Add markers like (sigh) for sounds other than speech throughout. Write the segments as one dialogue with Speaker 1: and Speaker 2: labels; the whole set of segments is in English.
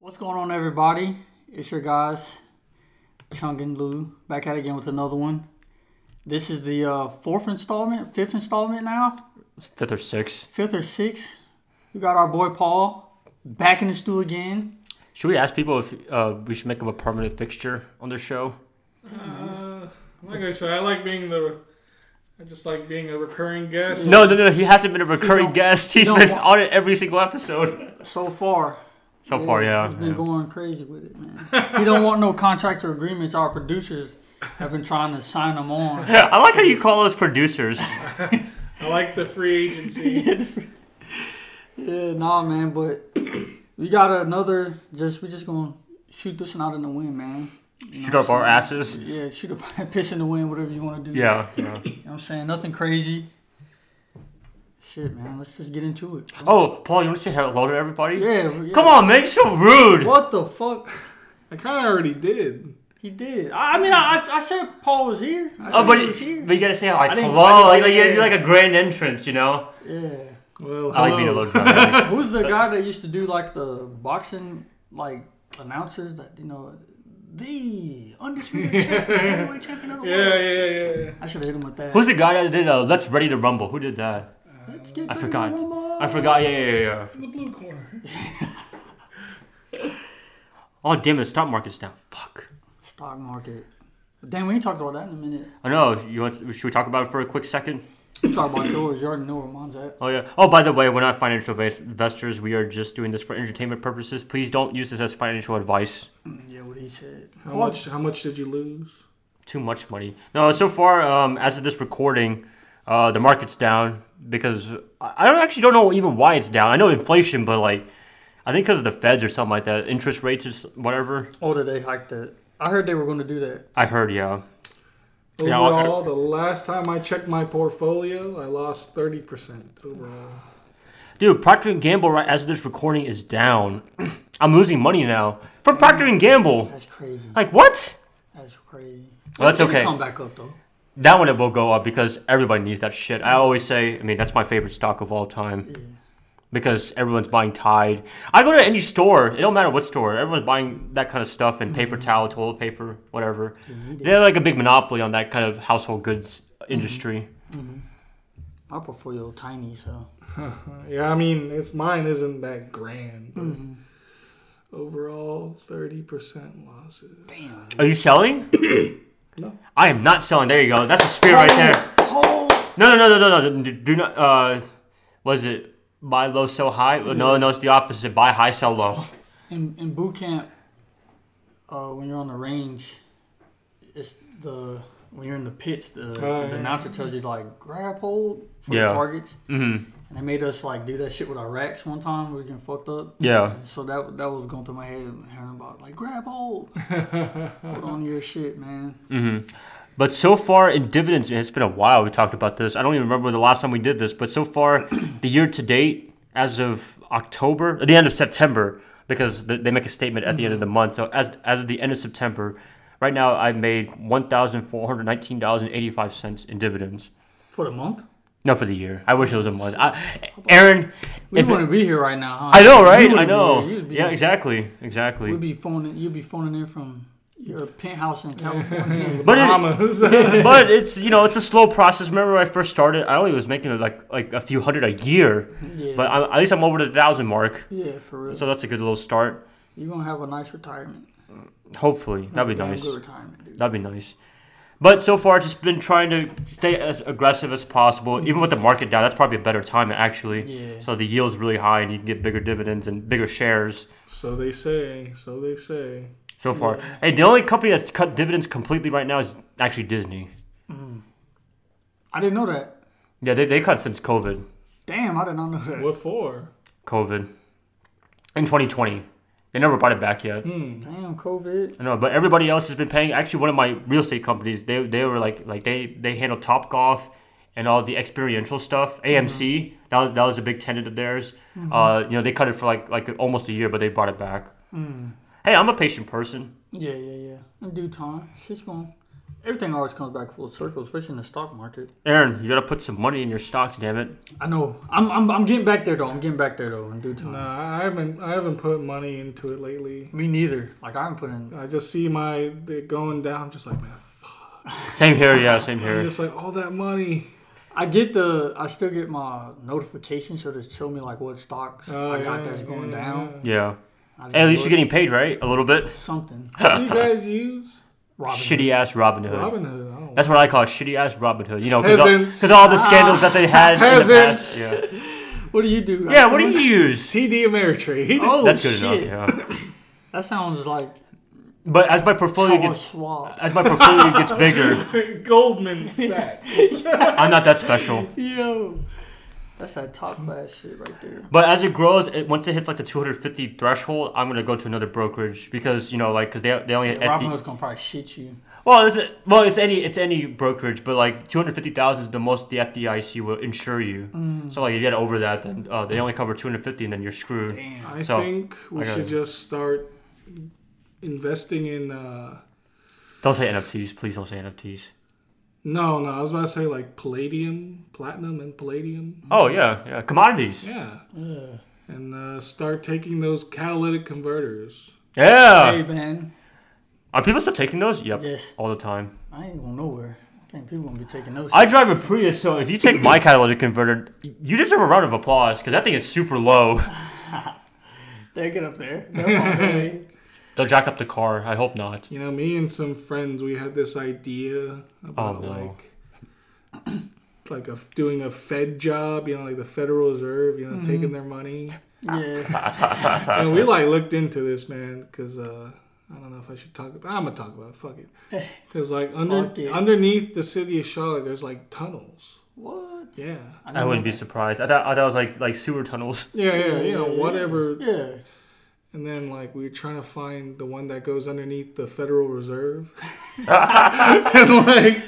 Speaker 1: What's going on, everybody? It's your guys, Chung and Lou, back at it again with another one. This is the uh, fourth installment, fifth installment now,
Speaker 2: It's fifth or sixth.
Speaker 1: fifth or sixth. We got our boy Paul back in the stew again.
Speaker 2: Should we ask people if uh, we should make him a permanent fixture on their show?
Speaker 3: Uh, like I said, I like being the. I just like being a recurring guest.
Speaker 2: No, no, no. He hasn't been a recurring
Speaker 1: don't-
Speaker 2: guest. He's
Speaker 1: don't
Speaker 2: been
Speaker 1: want-
Speaker 2: on it every single episode
Speaker 1: So far,
Speaker 2: so far. Yeah.
Speaker 1: he's been
Speaker 2: yeah.
Speaker 1: going crazy with it, man. he don't want no contracts or agreements. Our producers have been trying to sign him on.
Speaker 2: Yeah, (laughs) (laughs) I like how you call us producers.
Speaker 3: I like the
Speaker 2: (laughs)
Speaker 3: free agency.
Speaker 1: Yeah, nah, man, but we got another. Just we just gonna shoot this one out in the wind, man. You know
Speaker 2: Shoot
Speaker 1: what
Speaker 2: up our
Speaker 1: I'm
Speaker 2: asses.
Speaker 1: saying? Yeah, shoot up, (laughs) piss in the wind, whatever you want to do.
Speaker 2: Yeah.
Speaker 1: (laughs) you
Speaker 2: yeah.
Speaker 1: know what I'm saying nothing crazy. Shit, man, let's just get into it.
Speaker 2: Oh, Paul, you want to say hello to everybody?
Speaker 1: Yeah, yeah.
Speaker 2: Come on, man. You're so rude.
Speaker 1: What the fuck?
Speaker 3: I kind of already did.
Speaker 1: He did. I, I mean, I, I, I said Paul was here. I said
Speaker 2: Oh, but,
Speaker 1: he was here.
Speaker 2: but you gotta say like
Speaker 1: I didn't-
Speaker 2: hello.
Speaker 1: I didn't-
Speaker 2: Like, like, you gotta do like a grand entrance, you know.
Speaker 1: yeah.
Speaker 3: Well,
Speaker 2: I like being alone. Like,
Speaker 1: Who's the guy that used to do like the boxing like announcers that you know the
Speaker 2: (laughs)
Speaker 1: undisputed champion, heavyweight champion of the world?
Speaker 3: Yeah, yeah, yeah, yeah.
Speaker 1: I should have hit him with that.
Speaker 2: (laughs) Who's the guy that did uh, "Let's Ready to Rumble"? Who did that?
Speaker 1: Let's get
Speaker 2: I
Speaker 1: ready to
Speaker 2: forgot.
Speaker 1: rumble.
Speaker 2: I forgot. Yeah, yeah, yeah. yeah.
Speaker 3: From the blue corner.
Speaker 2: Oh damn it! Stock market's down. Fuck.
Speaker 1: Stock market. Damn, we ain't talked about that in a minute.
Speaker 2: I know. You want? Should we talk about it for a quick second?
Speaker 1: We talk
Speaker 2: (coughs)
Speaker 1: about yours. You already know where mine's at.
Speaker 2: Oh yeah. Oh, by the way, we're not financial vas- investors. We are just doing this for entertainment purposes. Please don't use this as financial advice.
Speaker 1: Yeah, what he said.
Speaker 3: How much? How much did you lose?
Speaker 2: Too much money. No. So far, um, as of this recording, uh, the market's down because I I don't actually don't know even why it's down. I know inflation, but like. I think because of the feds or something like that, interest rates or s- whatever.
Speaker 1: Oh, did they hike that? I heard they were going to do that.
Speaker 2: I heard, yeah. Yeah, I'll-
Speaker 3: Overall, the last time I checked my portfolio, I lost thirty percent overall.
Speaker 2: Dude, Procter and Gamble, right as of this recording, is down. (clears throat) I'm losing money now from Procter and Gamble.
Speaker 1: That's crazy.
Speaker 2: Like what?
Speaker 1: That's crazy.
Speaker 2: Well, that's
Speaker 1: It could
Speaker 2: okay.
Speaker 1: Come back up though.
Speaker 2: That one it will go up because everybody needs that shit. I always say, I mean, that's my favorite stock of all time because everyone's buying Tide. I go to any store, it don't matter what store, everyone's buying that kind of stuff and paper towel, toilet paper, whatever. They have like a big monopoly on that kind of household goods industry.
Speaker 1: Mm-hmm. My portfolio tiny, so
Speaker 3: yeah, I mean, it's mine isn't that grand. but
Speaker 2: Mm-hmm.
Speaker 3: Overall, thirty percent losses.
Speaker 2: Are you selling?
Speaker 3: No.
Speaker 2: I am not selling. There you go. That's a spirit right there. No, no, no, no, no, no. Do- Do not. Uh, was it buy low, sell high? No, no, it's the opposite. Buy high, sell low.
Speaker 1: In in boot camp, uh, when you're on the range, it's the when you're in the pits, the,
Speaker 3: Oh,
Speaker 1: the
Speaker 3: yeah.
Speaker 1: announcer tells you like grab hold for
Speaker 2: Yeah.
Speaker 1: the targets,
Speaker 2: Mm-hmm.
Speaker 1: and they made us like do that shit with our racks one time. We were getting fucked up.
Speaker 2: Yeah.
Speaker 1: So that that was going through my head, hearing about like grab
Speaker 2: (laughs)
Speaker 1: hold, hold on to your shit, man.
Speaker 2: hmm But so far in dividends, it's been a while we talked about this. I don't even remember the last time we did this, but so far (clears throat) the year to date, as of October, at the end of September, because th- they make a statement at the end of the
Speaker 1: Mm-hmm.
Speaker 2: month. So as as of the end of September, right now I made one thousand four hundred nineteen dollars and eighty five cents in dividends.
Speaker 1: For the month,
Speaker 2: No, for the year. I wish it was a month. I, Aaron,
Speaker 1: we
Speaker 2: if it-
Speaker 1: wouldn't be here right now, huh?
Speaker 2: I know,
Speaker 1: You
Speaker 2: right?
Speaker 1: wouldn't
Speaker 2: I
Speaker 1: be
Speaker 2: know.
Speaker 1: here. You'd be-
Speaker 2: Yeah, exactly, exactly.
Speaker 1: We'd be phoning. You'd be phoning in from your penthouse in
Speaker 2: (laughs)
Speaker 1: California.
Speaker 2: But it-
Speaker 3: Bahamas.
Speaker 1: (laughs)
Speaker 2: but it's you know it's a slow process. Remember when I first started, I only was making like like a few hundred a year,
Speaker 1: yeah,
Speaker 2: but I, at least I'm over the thousand mark,
Speaker 1: yeah, for real.
Speaker 2: so that's a good little start.
Speaker 1: You're gonna have a nice retirement.
Speaker 2: Hopefully, that'd be
Speaker 1: Damn
Speaker 2: nice.
Speaker 1: Good retirement, dude.
Speaker 2: That'd be nice. But so far, just been trying to stay as aggressive as possible, even with the market down. That's probably a better time actually.
Speaker 1: Mm-hmm. Yeah.
Speaker 2: So the yield's really high, and you can get bigger dividends and bigger shares.
Speaker 3: (laughs) so they say. So they say.
Speaker 2: So far,
Speaker 1: Yeah.
Speaker 2: hey, the only company that's cut dividends completely right now is actually Disney.
Speaker 1: I didn't know that.
Speaker 2: Yeah, they, they cut since COVID.
Speaker 1: Damn, I did not know that.
Speaker 3: What for?
Speaker 2: COVID in 2020. They never brought it back yet.
Speaker 3: Hmm.
Speaker 1: Damn, COVID.
Speaker 2: I know, but everybody else has been paying. Actually, one of my real estate companies, they, they were like like they they handle Top Golf and all the experiential stuff. AMC that was, that was a big tenant of theirs. Uh, you know, they cut it for like like almost a year, but they brought it back.
Speaker 1: Mm.
Speaker 2: Hey, I'm a patient person.
Speaker 1: Yeah, yeah, yeah. In due time, shit's going. Everything always comes back full circle, especially in the stock market.
Speaker 2: Aaron, you gotta put some money in your stocks, damn it.
Speaker 1: I know. I'm, I'm, I'm getting back there though. I'm getting back there though in due time.
Speaker 3: Nah, I haven't. I haven't put money into it lately.
Speaker 1: Me neither. Like I'm putting.
Speaker 3: I just see my it going down. I'm just like, man, fuck.
Speaker 2: Same here, yeah, same
Speaker 3: I'm
Speaker 2: here.
Speaker 3: just like all that money.
Speaker 1: I get the. I still get my notifications, so they show me like what stocks
Speaker 3: Oh,
Speaker 1: I got
Speaker 3: yeah,
Speaker 1: that's going
Speaker 3: yeah,
Speaker 1: down.
Speaker 2: Yeah.
Speaker 1: I just
Speaker 2: Hey, at least
Speaker 1: look
Speaker 2: you're getting paid, right? A little bit.
Speaker 1: something.
Speaker 3: yeah. What do you
Speaker 2: (laughs)
Speaker 3: guys use?
Speaker 1: Robin
Speaker 2: Shitty ass Robin Hood.
Speaker 3: Robinhood. I don't
Speaker 2: That's what I call shitty ass Robin Hood. You know, because
Speaker 3: Peasants.
Speaker 2: all, the scandals that they had in the past.
Speaker 3: Peasants.
Speaker 2: Yeah.
Speaker 1: Hood. What do you do?
Speaker 2: yeah, what do you use?
Speaker 3: TD Ameritrade.
Speaker 1: Oh
Speaker 2: That's good
Speaker 1: shit.
Speaker 2: enough. Yeah.
Speaker 1: That sounds like
Speaker 2: But as my portfolio
Speaker 1: Charles
Speaker 2: gets
Speaker 1: Schwab.
Speaker 2: as my portfolio gets bigger, (laughs)
Speaker 3: (laughs) Goldman Sachs.
Speaker 2: I'm not that special.
Speaker 1: Yo, that's that top class shit right there.
Speaker 2: But as it grows, it, once it hits like the 250 threshold, I'm gonna go to another brokerage because you know, like, because they, they only
Speaker 1: Yeah,
Speaker 2: at
Speaker 1: Robin
Speaker 2: the-
Speaker 1: Hood's gonna probably shit you.
Speaker 2: well, it's a, well, it's any it's any brokerage, but like 250,000 is the most the FDIC will insure you. So like, if you get over that, then uh, they only cover 250, and then you're screwed.
Speaker 3: I
Speaker 2: So,
Speaker 3: think we
Speaker 2: I got
Speaker 3: should
Speaker 2: it.
Speaker 3: just start investing in. Uh,
Speaker 2: Don't say NFTs, please. Don't say NFTs.
Speaker 3: no, no, I was about to say like palladium, platinum, and palladium.
Speaker 2: Oh yeah, yeah, commodities.
Speaker 3: Yeah,
Speaker 1: Yeah.
Speaker 3: and uh, start taking those catalytic converters.
Speaker 2: Yeah.
Speaker 1: hey man,
Speaker 2: Are people still taking those? Uh, Yep.
Speaker 1: Yes.
Speaker 2: All the time.
Speaker 1: I ain't going nowhere. I think people gonna be taking those.
Speaker 2: I drive a Prius, so if you take my catalytic converter, you deserve a round of applause because that thing is super low.
Speaker 1: they get up
Speaker 3: (laughs)
Speaker 1: there. They're on their way.
Speaker 2: They'll jack up the car. I hope not.
Speaker 3: You know, me and some friends, we had this idea about
Speaker 2: Oh, no.
Speaker 3: like. Like (clears throat) a, doing a Fed job, you know, like the Federal Reserve, you know,
Speaker 1: Mm-hmm.
Speaker 3: taking
Speaker 2: (laughs)
Speaker 3: their money.
Speaker 1: yeah.
Speaker 3: (laughs) and we like looked into this, man, because uh, I don't know if I should talk about. I'm gonna talk about it.
Speaker 1: (laughs)
Speaker 3: Fuck it, because like under
Speaker 1: Fuck it.
Speaker 3: underneath the city of Charlotte, there's like tunnels.
Speaker 1: What?
Speaker 3: Yeah,
Speaker 2: I wouldn't be surprised. I thought I thought it was like like sewer tunnels.
Speaker 3: yeah, yeah, you know, whatever.
Speaker 1: Yeah.
Speaker 3: And then like we were trying to find the one that goes underneath the Federal Reserve, (laughs) and like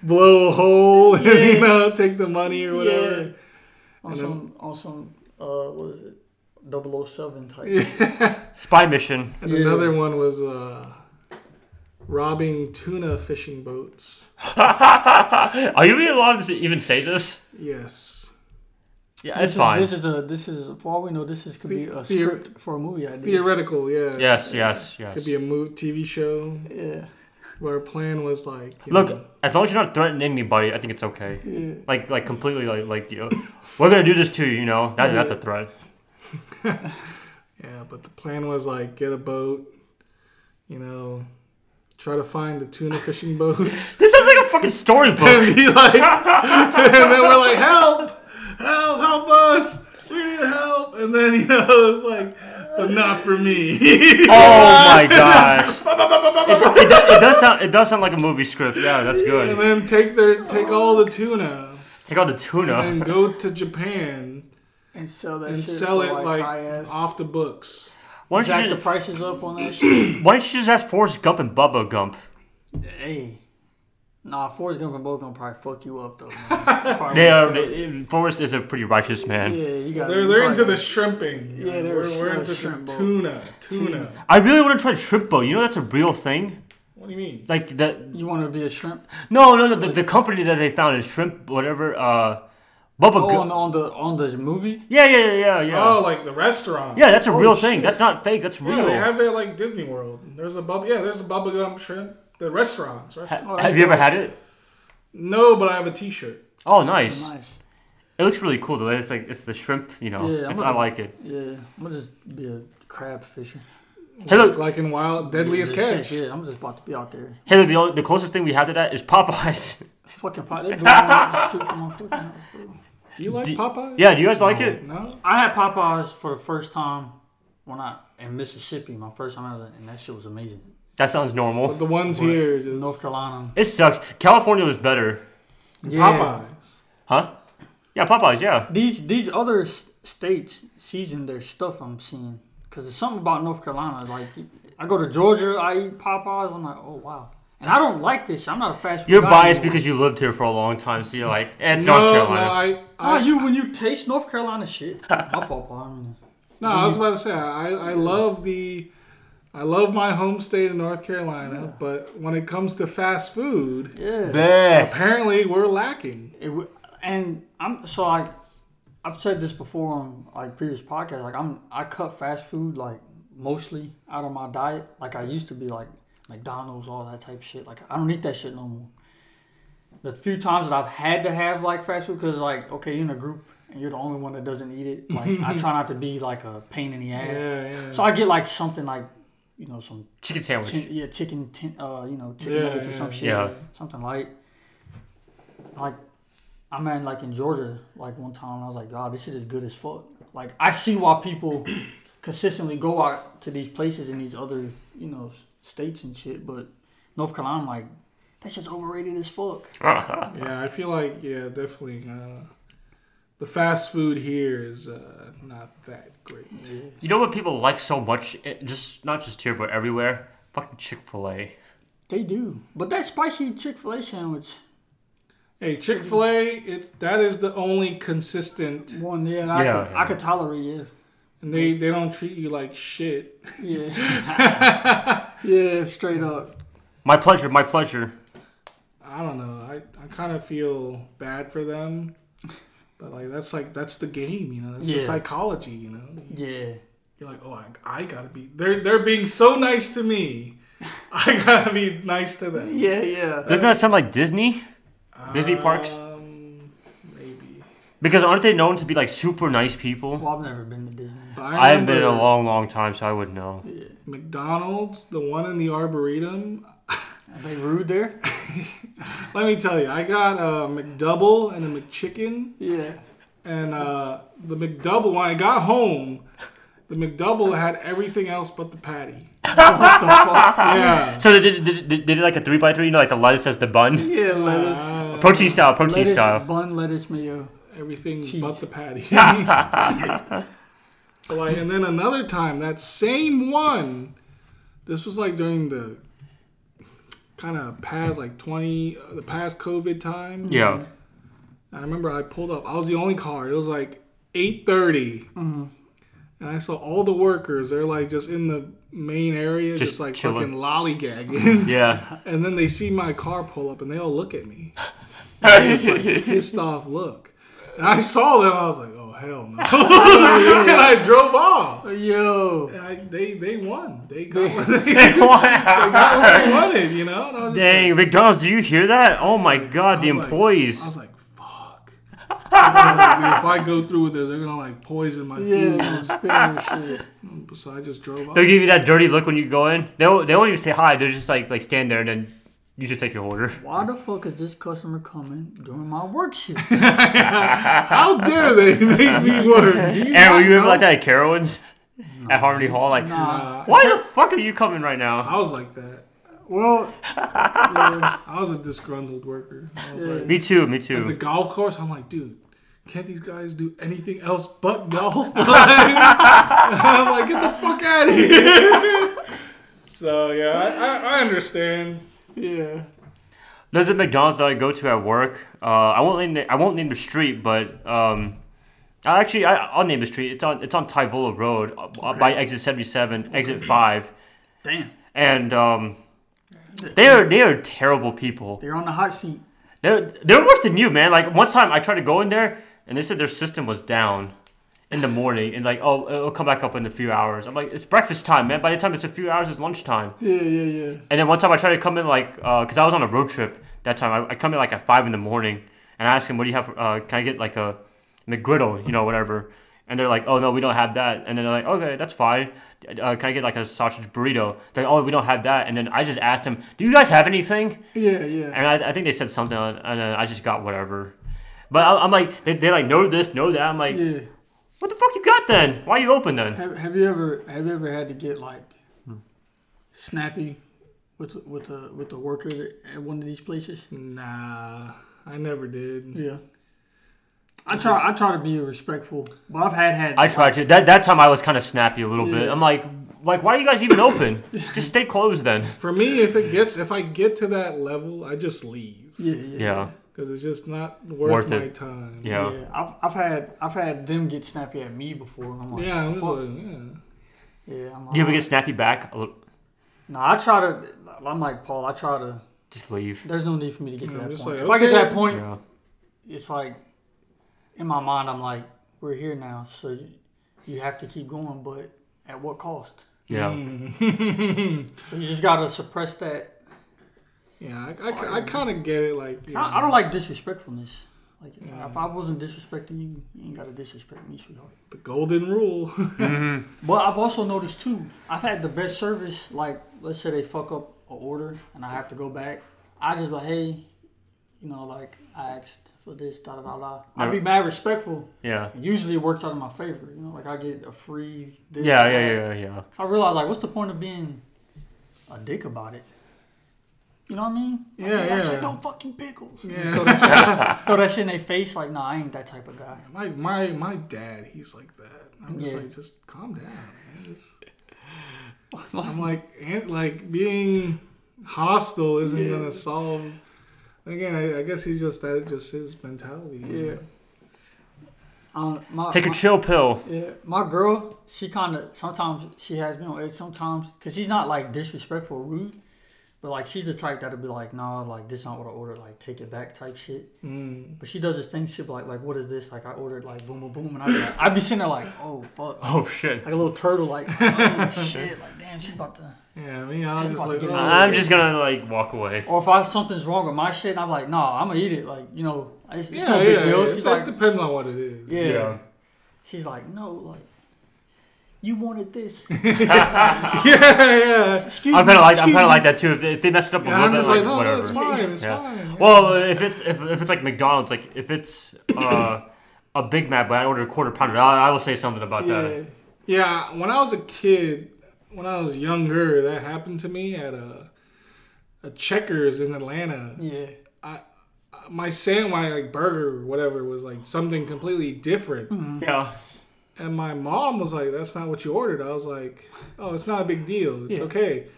Speaker 3: blow a hole, and, you know, take the money or whatever.
Speaker 1: On
Speaker 3: And then-
Speaker 1: some, on some, uh, what is it? 007 type.
Speaker 2: Spy mission. (laughs)
Speaker 3: And
Speaker 1: Yeah.
Speaker 3: another one was uh, robbing tuna fishing boats.
Speaker 2: Are you really allowed to even say this?
Speaker 3: Yes.
Speaker 2: Yeah,
Speaker 1: This
Speaker 2: it's
Speaker 1: is,
Speaker 2: fine.
Speaker 1: This is a, this is, for all we know, this is could be a
Speaker 3: Theor-
Speaker 1: script for a movie idea.
Speaker 3: Theoretical, yeah.
Speaker 2: yes, yes, yes.
Speaker 3: Could be a mo- TV show
Speaker 1: Yeah.
Speaker 3: where our plan was like. you know,
Speaker 2: Look, as long as you're not threatening anybody, I think it's okay. Like like completely like like you. know, We're gonna do this to you. You know that, that's a threat.
Speaker 3: yeah, but the plan was like get a boat, you know, try to find the tuna fishing (laughs) boats,
Speaker 2: This sounds like a fucking storybook.
Speaker 3: (laughs) and be like, and then we're like, help, help, help us, we need help, and then you know it's like, but not for me. (laughs)
Speaker 2: oh my gosh. it, it, do- it does sound it does sound like a movie script. Yeah, that's
Speaker 3: and
Speaker 2: good.
Speaker 3: then take their take all the tuna
Speaker 2: Take out the tuna.
Speaker 3: and go to Japan
Speaker 1: And sell that
Speaker 3: and
Speaker 1: shit
Speaker 3: sell
Speaker 1: for
Speaker 3: it
Speaker 1: like,
Speaker 3: like
Speaker 1: high ass.
Speaker 3: off the books.
Speaker 2: Why don't,
Speaker 1: Jack
Speaker 2: you
Speaker 1: the
Speaker 2: just,
Speaker 1: prices up on
Speaker 3: (laughs)
Speaker 1: that shit.
Speaker 2: why don't you just ask Forrest Gump and Bubba Gump?
Speaker 1: hey. Nah, Forrest Gump and Bo gonna probably fuck you up
Speaker 3: (laughs)
Speaker 1: though. man. Probably
Speaker 2: They are.
Speaker 1: fuck you up.
Speaker 2: They, Forrest is a pretty righteous man.
Speaker 1: Yeah, you got.
Speaker 3: They're, they're into the shrimping.
Speaker 1: Yeah, they're
Speaker 3: we're, we're
Speaker 1: shrimp-
Speaker 3: into some
Speaker 1: shrimp boat.
Speaker 3: tuna, tuna.
Speaker 2: I really want to try shrimp boat. You know that's a real thing.
Speaker 3: What do you mean?
Speaker 2: Like that.
Speaker 1: You want to be a shrimp?
Speaker 2: No, no, no. The, the company that they found is shrimp, whatever. Uh, Bubba
Speaker 1: Oh, on,
Speaker 2: Gump.
Speaker 1: on the on the movie.
Speaker 2: Yeah, yeah, yeah, yeah, yeah.
Speaker 3: Oh, like the restaurant.
Speaker 2: yeah, that's a real thing.
Speaker 1: shit.
Speaker 2: That's not fake. That's
Speaker 3: Yeah,
Speaker 2: real.
Speaker 3: they have it at, like Disney World. There's a bub. Yeah, there's a bubblegum shrimp. The restaurants. Restaurant.
Speaker 2: Ha-
Speaker 1: Oh, that's
Speaker 2: have you ever
Speaker 1: dope.
Speaker 2: had it?
Speaker 3: No, but I have a T-shirt.
Speaker 2: Oh, nice.
Speaker 1: Nice.
Speaker 2: It looks really cool. though. It's like it's the shrimp. You know,
Speaker 1: Yeah, I'm
Speaker 2: it's,
Speaker 1: gonna-
Speaker 2: I like it.
Speaker 1: Yeah, I'm gonna just be a crab fisher.
Speaker 2: Hey, look.
Speaker 3: like in Wild Deadliest
Speaker 1: Just
Speaker 3: Catch.
Speaker 1: Yeah, I'm just about to be out there.
Speaker 2: Hey, look, the, only- the closest thing we have to that is Popeyes. (laughs)
Speaker 1: Fucking pot. They blew me up the street from my fucking house, bro.
Speaker 3: Do you like
Speaker 2: Do-
Speaker 3: Popeye?
Speaker 2: yeah, do you guys like it?
Speaker 3: No.
Speaker 1: I had Popeyes for the first time when I in Mississippi. My first time, I was, and that shit was amazing.
Speaker 2: That sounds normal.
Speaker 3: But the ones here, just
Speaker 1: North Carolina,
Speaker 2: It sucks. California was better,
Speaker 3: Popeyes.
Speaker 2: huh? Yeah, Popeyes. Yeah.
Speaker 1: These these other s- states season their stuff. I'm seeing because there's something about North Carolina. Like I go to Georgia, I eat Popeyes. I'm like, oh wow. And I don't like this. I'm not a fast food.
Speaker 2: You're
Speaker 1: guy
Speaker 2: biased
Speaker 1: anymore.
Speaker 2: because you lived here for a long time, so you're like, eh, it's
Speaker 3: No,
Speaker 2: North
Speaker 3: no,
Speaker 2: Carolina.
Speaker 3: I,
Speaker 1: Ah,
Speaker 3: I,
Speaker 1: you when you taste North Carolina shit. My fault, Paul. I mean,
Speaker 3: no, I was about to say I, I love the, I love my home state of North Carolina, but when it comes to fast food,
Speaker 1: Yeah.
Speaker 2: Bleh.
Speaker 3: apparently we're lacking.
Speaker 1: It w- and I'm so like I've said this before on like previous podcasts. Like I'm I cut fast food like mostly out of my diet. Like I used to be like McDonald's, all that type of shit. Like I don't eat that shit no more. The few times that I've had to have like fast food, because like okay, you're in a group and you're the only one that doesn't eat it. Like I try not to be like a pain in the ass.
Speaker 3: Yeah, yeah.
Speaker 1: So I get like something like you know some
Speaker 2: Chicken sandwich.
Speaker 1: Chi- yeah, chicken, tin, uh, you know, chicken
Speaker 3: Yeah,
Speaker 1: nuggets or
Speaker 3: yeah,
Speaker 1: some
Speaker 3: yeah.
Speaker 1: shit,
Speaker 2: Yeah.
Speaker 1: something light. Like, I mean, like in Georgia, like one time I was like, "Wow, this shit is good as fuck." Like, I see why
Speaker 3: (clears throat)
Speaker 1: people consistently go out to these places in these other, you know, s- states and shit. But North Carolina, I'm like, that shit's overrated as fuck.
Speaker 3: Yeah, I feel like yeah, definitely. Uh, the fast food here is uh, not that great.
Speaker 2: You know what people like so much? It- Just not just here, but everywhere. Fucking Chick Fil A.
Speaker 1: They do, but that spicy Chick Fil A sandwich
Speaker 3: Hey, Chick Fil A, it that is the only consistent,
Speaker 1: one, yeah, and I,
Speaker 2: Yeah,
Speaker 1: could,
Speaker 2: yeah.
Speaker 1: I could tolerate, yeah,
Speaker 3: and they they don't treat you like shit. (laughs)
Speaker 1: yeah, (laughs) yeah, straight up.
Speaker 2: My pleasure. My pleasure.
Speaker 3: I don't know. I I kind of feel bad for them, but like that's like that's the game, you know. That's
Speaker 1: Yeah.
Speaker 3: the psychology, you know.
Speaker 1: Yeah,
Speaker 3: You're like, oh, I, I gotta be. They're they're being so nice to me. (laughs) I gotta be nice to them.
Speaker 1: yeah, yeah.
Speaker 2: Doesn't that sound like Disney? Disney parks?
Speaker 3: Um, maybe.
Speaker 2: Because aren't they known to be like super nice people?
Speaker 1: Well, I've never been to Disney.
Speaker 2: I haven't been in a
Speaker 3: remember-
Speaker 2: long, long time, so I wouldn't know.
Speaker 3: McDonald's, the one in the Arboretum.
Speaker 1: Are they rude there?
Speaker 3: Let me tell you, I got a McDouble and a McChicken.
Speaker 1: Yeah.
Speaker 3: And uh, the McDouble, when I got home, the McDouble had everything else but the
Speaker 2: (laughs)
Speaker 3: patty.
Speaker 1: (laughs) what the fuck?
Speaker 3: Yeah.
Speaker 2: So they did, did, did, did it like a three by three, you know, like the lettuce as the bun,
Speaker 1: Yeah, lettuce.
Speaker 3: Uh,
Speaker 2: protein style, protein
Speaker 1: lettuce,
Speaker 2: style.
Speaker 1: bun, lettuce, mayo.
Speaker 3: everything
Speaker 1: Cheese.
Speaker 3: but the patty. like,
Speaker 2: (laughs)
Speaker 3: and then another time, that same one, this was like during the kind of past like 20, uh, the past COVID time.
Speaker 2: Yeah.
Speaker 3: I remember I pulled up. I was the only car. It was like eight
Speaker 2: Mm-hmm.
Speaker 3: and I saw all the workers. They're like just in the main area, just,
Speaker 2: Just
Speaker 3: like
Speaker 2: chilling.
Speaker 3: fucking lollygagging. (laughs)
Speaker 2: Yeah.
Speaker 3: and then they see my car pull up, and they all look at me,
Speaker 2: yeah. (laughs)
Speaker 3: pissed off look. And I saw them. I was like, oh hell
Speaker 2: (laughs)
Speaker 3: no, and I drove off.
Speaker 1: Uh, Yo.
Speaker 3: And I, they they won. They got (laughs) what they, they got what they wanted. You know. And I was just like-
Speaker 2: Dang, McDonald's, do you hear that? Oh my god, the
Speaker 3: I was like- I
Speaker 2: employees.
Speaker 3: was like, fuck. (laughs) They're gonna, like, if I go through with this, they're gonna like poison my food.
Speaker 1: Yeah, spit on shit.
Speaker 3: So I just drove up.
Speaker 2: They'll give you that dirty look when you go in. They won't, they won't even say hi. They'll just like like stand there and then you just take your
Speaker 3: (laughs)
Speaker 2: order.
Speaker 1: Why the fuck is this customer coming during my work (laughs) shift?
Speaker 2: (laughs)
Speaker 3: How dare they make me work? Do
Speaker 2: Aaron, were
Speaker 3: you not
Speaker 2: you ever
Speaker 3: know?
Speaker 2: like that at Carowinds? At Harmony Hall? Like,
Speaker 1: Nah.
Speaker 2: why the fuck are you coming right now?
Speaker 3: I was like that.
Speaker 1: Well, yeah,
Speaker 3: I was a disgruntled worker. I was like,
Speaker 2: Me too, me
Speaker 3: at the
Speaker 2: too.
Speaker 3: golf course, I'm like, dude, can't these guys do anything else but golf? (laughs) I'm like, get the fuck out of here. so yeah, I, I, I understand.
Speaker 1: yeah.
Speaker 2: There's a McDonald's that I go to at work. Uh, I won't name the, I won't name the street, but um, I actually I, I'll name the street. It's on it's on Tyvola Road uh, by exit 77, exit five,
Speaker 1: Damn.
Speaker 2: and um, they are they are terrible people.
Speaker 1: They're on the hot seat.
Speaker 2: They're they're worse than you, man. Like one time I tried to go in there and they said their system was down in the morning and like oh it'll come back up in a few hours. I'm like it's breakfast time, man. By the time it's a few hours, it's lunchtime.
Speaker 1: Yeah, yeah, yeah.
Speaker 2: And then one time I tried to come in like because I was on a road trip that time. I, I come in like at five in the morning and I asked him, "What do you have? Uh, can I get like a McGriddle, you know, whatever?" And they're like, "Oh no, we don't have that." And then they're like, "Okay, that's fine. Uh, can I get like a sausage burrito?" They're like, "Oh, we don't have that." And then I just asked him, "Do you guys have anything?"
Speaker 1: Yeah, yeah.
Speaker 2: And I, I think they said something, and uh, I just got whatever. But I, I'm like, they, they like know this, know that. I'm like,
Speaker 1: Yeah.
Speaker 2: what the fuck you got then? Why you open then?
Speaker 1: Have, have you ever have you ever had to get like
Speaker 2: Hmm.
Speaker 1: snappy with with a with a worker at one of these places?
Speaker 3: Nah, I never did.
Speaker 1: Yeah. I try I try to be respectful, but I've had had
Speaker 2: I tried to. That that time I was kind of snappy a little bit.
Speaker 1: Yeah.
Speaker 2: I'm like, like why are you guys even open? Just stay closed then.
Speaker 3: For me, if it gets, if I get to that level, I just leave.
Speaker 1: yeah, yeah.
Speaker 2: Yeah,
Speaker 3: because it's just not worth,
Speaker 2: Worth
Speaker 3: my
Speaker 2: it.
Speaker 3: time.
Speaker 1: Yeah,
Speaker 2: yeah.
Speaker 1: I've, I've had I've had them get snappy at me before, and I'm like,
Speaker 3: yeah, I'm
Speaker 1: fuck.
Speaker 3: like, yeah.
Speaker 1: yeah, I'm
Speaker 2: Do you ever
Speaker 1: like,
Speaker 2: get snappy back? A little-
Speaker 1: No, I try to. I'm like Paul. I try to.
Speaker 2: Just leave.
Speaker 1: There's no need for me to get to
Speaker 3: Yeah,
Speaker 1: that
Speaker 3: just
Speaker 1: point.
Speaker 3: like,
Speaker 1: if I get to
Speaker 3: okay.
Speaker 1: that point,
Speaker 2: Yeah.
Speaker 1: it's like in my mind, I'm like, we're here now, so you, you have to keep going, but at what cost?
Speaker 2: Yeah.
Speaker 1: So you just gotta suppress that.
Speaker 3: (laughs) Yeah, I, I, kind of get it. Like,
Speaker 1: 'Cause
Speaker 3: you
Speaker 1: I, I
Speaker 3: know,
Speaker 1: don't like disrespectfulness. Like it's like, if
Speaker 3: Mm.
Speaker 1: I wasn't disrespecting you, you ain't gotta disrespect me, sweetheart.
Speaker 3: the golden rule.
Speaker 1: But I've also noticed too. I've had the best service. Like, let's say they fuck up an order and I have to go back. I just like, hey, you know, like I asked for this, da da da da. I'd be mad respectful.
Speaker 2: Yeah.
Speaker 1: Usually it works out in my favor. You know, like I get a free. This,
Speaker 2: Yeah,
Speaker 1: that.
Speaker 2: yeah, yeah, yeah.
Speaker 1: So I realized like, what's the point of being a dick about it? You know what I mean? Like,
Speaker 3: Yeah,
Speaker 1: I
Speaker 3: yeah.
Speaker 1: said no fucking pickles.
Speaker 3: Yeah.
Speaker 1: Throw that,
Speaker 3: (laughs)
Speaker 1: shit, throw that shit in their face. Like, nah, I ain't that type of guy.
Speaker 3: my my my dad, he's like that. I'm just
Speaker 1: Yeah.
Speaker 3: like, just calm down.
Speaker 1: (laughs)
Speaker 3: Man. Just- I'm like, and, like being hostile isn't gonna solve. Again, I, I guess he's just that, just his mentality.
Speaker 1: Yeah. Um, my,
Speaker 2: Take a
Speaker 1: my-
Speaker 2: chill pill.
Speaker 1: Yeah, my girl, she kind of sometimes she has been on edge sometimes because she's not like disrespectful or rude, but like she's the type that'll be like, nah, like this not what I ordered, like take it back type shit.
Speaker 3: Mm.
Speaker 1: But she does this thing, she be like, like what is this? Like I ordered like boom boom boom, and I'd be, like, I'd be sitting there like, oh fuck, like
Speaker 2: Oh shit.
Speaker 1: a little turtle, like oh shit, like damn, she's about to.
Speaker 3: Yeah, I mean, I was
Speaker 1: He's
Speaker 3: just
Speaker 1: about to
Speaker 3: like,
Speaker 1: get
Speaker 3: oh,
Speaker 1: it.
Speaker 2: I'm just gonna like walk away.
Speaker 1: Or if I something's wrong with my shit, and I'm like, nah, I'm gonna eat it, like you know, it's, it's
Speaker 3: yeah,
Speaker 1: no
Speaker 3: yeah,
Speaker 1: big
Speaker 3: yeah.
Speaker 1: deal.
Speaker 3: It
Speaker 1: She's
Speaker 3: like,
Speaker 1: like,
Speaker 3: depends on what it
Speaker 1: (laughs)
Speaker 3: is.
Speaker 1: yeah. she's like, no, like you wanted this.
Speaker 3: (laughs) yeah, yeah.
Speaker 1: Excuse
Speaker 2: I'm
Speaker 1: me,
Speaker 2: kind of like I'm
Speaker 1: excuse
Speaker 2: kind of
Speaker 1: me.
Speaker 2: like that too. If, if they messed up a
Speaker 3: Yeah, I'm
Speaker 2: little bit,
Speaker 3: just
Speaker 2: like
Speaker 3: like, oh, no, no,
Speaker 2: whatever.
Speaker 3: it's fine, it's
Speaker 2: Yeah.
Speaker 3: fine.
Speaker 2: Well, if it's if, if it's like McDonald's, like if it's uh, a Big Mac, but I ordered a quarter pounder, I, I will say something about
Speaker 3: Yeah.
Speaker 2: that.
Speaker 3: Yeah, when I was a kid, when I was younger, that happened to me at a a Checkers in Atlanta.
Speaker 1: Yeah.
Speaker 3: My sandwich, my like burger, or whatever, was like something completely different.
Speaker 1: Mm-hmm.
Speaker 2: Yeah,
Speaker 3: And my mom was like, "That's not what you ordered." I was like, "Oh, it's not a big deal. It's okay."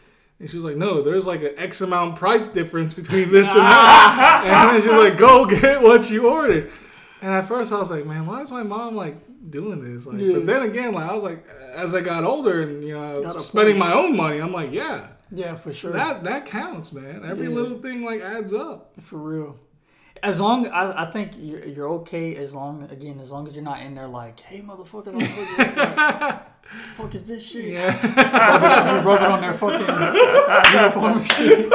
Speaker 3: And she was like, "No, there's like an X amount price difference between this
Speaker 1: (laughs)
Speaker 3: and that." and then she was like, "Go get what you ordered." And at first, I was like, "Man, why is my mom like doing this?" Like,
Speaker 1: Yeah.
Speaker 3: but then again, like I was like, as I got older and you know, I
Speaker 1: Got a
Speaker 3: was spending my own money, I'm like, "Yeah,
Speaker 1: Yeah, for sure.
Speaker 3: that that counts, man. Every
Speaker 1: Yeah.
Speaker 3: little thing like adds up."
Speaker 1: for real. As long I, I think you're, you're okay. As long again, as long as you're not in there like, hey, motherfucker, like, what the (laughs) fuck is this shit?
Speaker 3: Yeah,
Speaker 1: You rub it on their fucking uniform and (laughs) shit.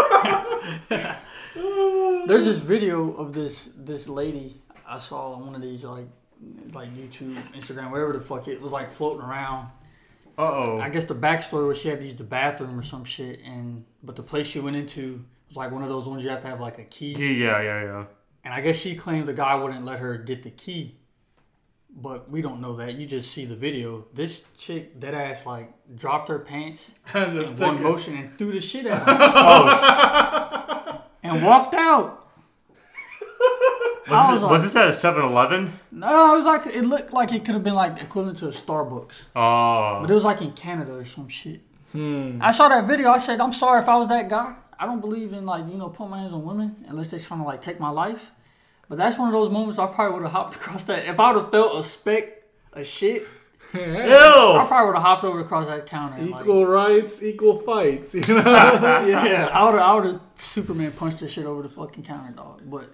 Speaker 1: (laughs) There's this video of this this lady I saw on one of these like like YouTube, Instagram, whatever the fuck it was like floating around.
Speaker 2: Uh oh.
Speaker 1: I guess the backstory was she had to use the bathroom or some shit, and but the place she went into was like one of those ones you have to have like a key.
Speaker 2: Yeah, yeah, yeah,
Speaker 1: And I guess she claimed the guy wouldn't let her get the key. But we don't know that. You just see the video. This chick, dead ass, like dropped her pants
Speaker 3: (laughs) I
Speaker 1: in
Speaker 3: just took
Speaker 1: one
Speaker 3: it.
Speaker 1: motion and threw the shit at her
Speaker 2: yeah.
Speaker 1: and walked out. I
Speaker 2: Oh,
Speaker 1: was
Speaker 2: was,
Speaker 1: like,
Speaker 2: this at a 7-Eleven?
Speaker 1: no, it was like it looked like it could have been like equivalent to a Starbucks,
Speaker 2: Oh,
Speaker 1: but it was like in Canada or some shit. I saw that video. I said, I'm sorry if I was that guy. I don't believe in like you know putting my hands on women unless they're trying to like take my life. But that's one of those moments I probably would have hopped (laughs) across that if I would have felt a speck of shit.
Speaker 3: (laughs) Yeah.
Speaker 1: I
Speaker 2: ew.
Speaker 1: probably would have hopped over across that counter. and, like,
Speaker 3: (laughs) Equal rights, equal fights. You know.
Speaker 1: yeah, I would I would have Superman punched that shit over the fucking counter, dog. But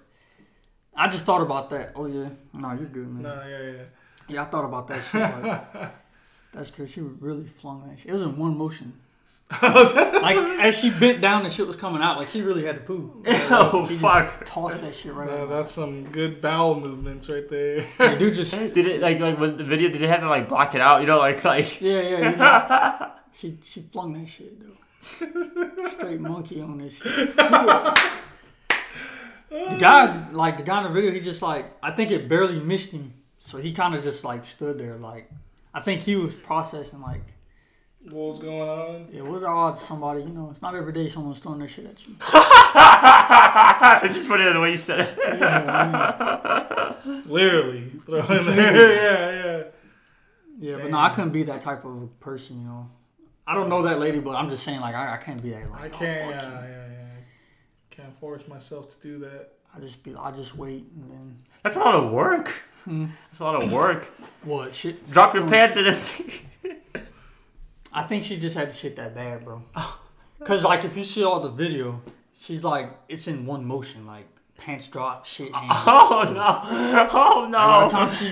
Speaker 1: I just thought about that. Oh yeah, no, you're good, man.
Speaker 3: No, yeah, (laughs) yeah.
Speaker 1: Yeah, I thought about that shit. Like, that's crazy. She really flung that shit. It was in one motion. like as she bent down, and shit was coming out. Like she really had to poo.
Speaker 2: Oh
Speaker 1: She just
Speaker 2: fuck.
Speaker 1: tossed that shit right
Speaker 3: Yeah,
Speaker 1: out.
Speaker 3: that's some good bowel movements right there.
Speaker 1: The dude just yeah,
Speaker 2: Did it like like with the video? Did it have to like block it out? You know, like like. (laughs)
Speaker 1: yeah. You know, she she flung that shit though. Straight monkey on this shit. The guy, like the guy in the video, he just like I think it barely missed him, so he kind of just like stood there, like I think he was processing, like
Speaker 3: what was going on?
Speaker 1: Yeah, what's the odds somebody, you know, it's not every day someone's throwing their shit at you.
Speaker 2: it's just funny the way you said it.
Speaker 1: yeah,
Speaker 3: Literally. Throw (laughs) in there. yeah, yeah.
Speaker 1: yeah but no, I couldn't be that type of person, you know. I don't know that lady, but I'm just saying, like, I, I can't be that. Like,
Speaker 3: I
Speaker 1: oh,
Speaker 3: can't. uh,
Speaker 1: fuck
Speaker 3: yeah,
Speaker 1: you.
Speaker 3: yeah, yeah. Can't force myself to do that.
Speaker 1: I just be, I just wait, and then
Speaker 2: That's a lot of work.
Speaker 1: Hmm.
Speaker 2: That's a lot of work.
Speaker 1: what? Shit.
Speaker 2: Drop your pants and then.
Speaker 3: (laughs) Oh.
Speaker 1: I think she just had the shit that bad, bro. Cause like if you see all the video, she's like it's in one motion, like pants drop, shit. Hands.
Speaker 2: (laughs) Oh no! Oh
Speaker 1: A lot of
Speaker 2: no!
Speaker 1: times she,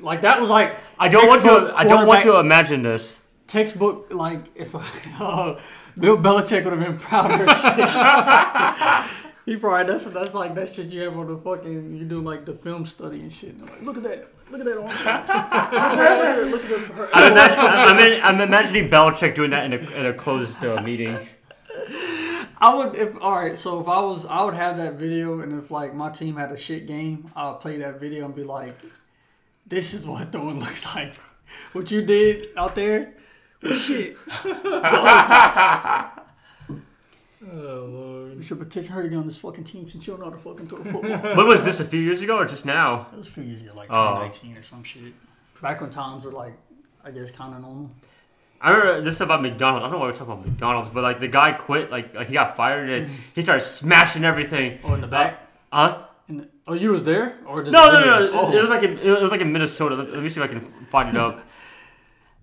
Speaker 1: like that was like
Speaker 2: I don't want to.
Speaker 1: textbook
Speaker 2: I don't want
Speaker 1: quarterback-
Speaker 2: to imagine this.
Speaker 1: textbook. Like if (laughs) uh, Bill Belichick would have been proud of her. shit. (laughs) he probably that's that's like that shit you have on the fucking you do like the film study and shit. And like, look at that. Look at that. on- Look at that. Look at that. her-
Speaker 2: I'm, imag- I'm, I'm- I'm imagining Belichick doing that in a, in a closed uh, meeting.
Speaker 1: (laughs) I would if all right. So if I was, I would have that video, and if like my team had a shit game, I'll play that video and be like, "This is what throwing (laughs) looks like. What you did out there, was shit.
Speaker 3: Oh lord.
Speaker 1: We should petition her to get on this fucking team since you don't know how to fucking throw a football."
Speaker 2: When was this? A few years ago or just now?
Speaker 1: that was a few years ago, like
Speaker 2: Oh.
Speaker 1: 2019 or some shit. Back when times were like, I guess, kind of normal.
Speaker 2: I remember this is about McDonald's. I don't know why we're talking about McDonald's, but like the guy quit, like, like he got fired and he started smashing everything.
Speaker 1: Oh, in the back.
Speaker 2: Huh?
Speaker 1: In the, oh, you was there or just
Speaker 2: No,
Speaker 1: the
Speaker 2: no, no.
Speaker 1: video?
Speaker 2: no.
Speaker 1: Oh.
Speaker 2: It was like in, it was like in Minnesota. Let, let me see if I can find it up.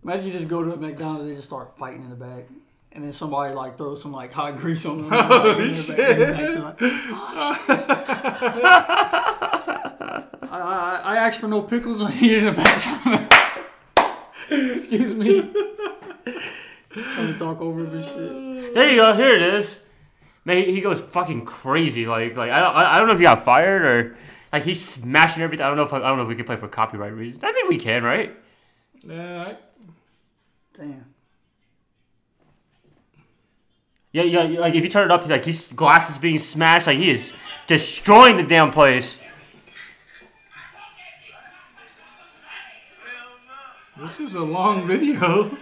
Speaker 1: Imagine you just go to a McDonald's, they just start fighting in the back, and then somebody like throws some like hot grease on them. (laughs) Oh, shit. "Oh, (laughs) I, I, I asked for no pickles on here in the back. (laughs) Excuse me. Trying to talk over this shit.
Speaker 2: There you go. Here it is. Man, he, he goes fucking crazy. Like, like I don't, I I don't know if he got fired or like he's smashing everything. I don't know if I, I don't know if we can play for copyright reasons. I think we can, right?
Speaker 3: Yeah. I-
Speaker 1: Damn.
Speaker 2: Yeah, yeah. yeah, Like if you turn it up, he's like his glasses being smashed. Like he is destroying the damn place.
Speaker 3: This is a long video.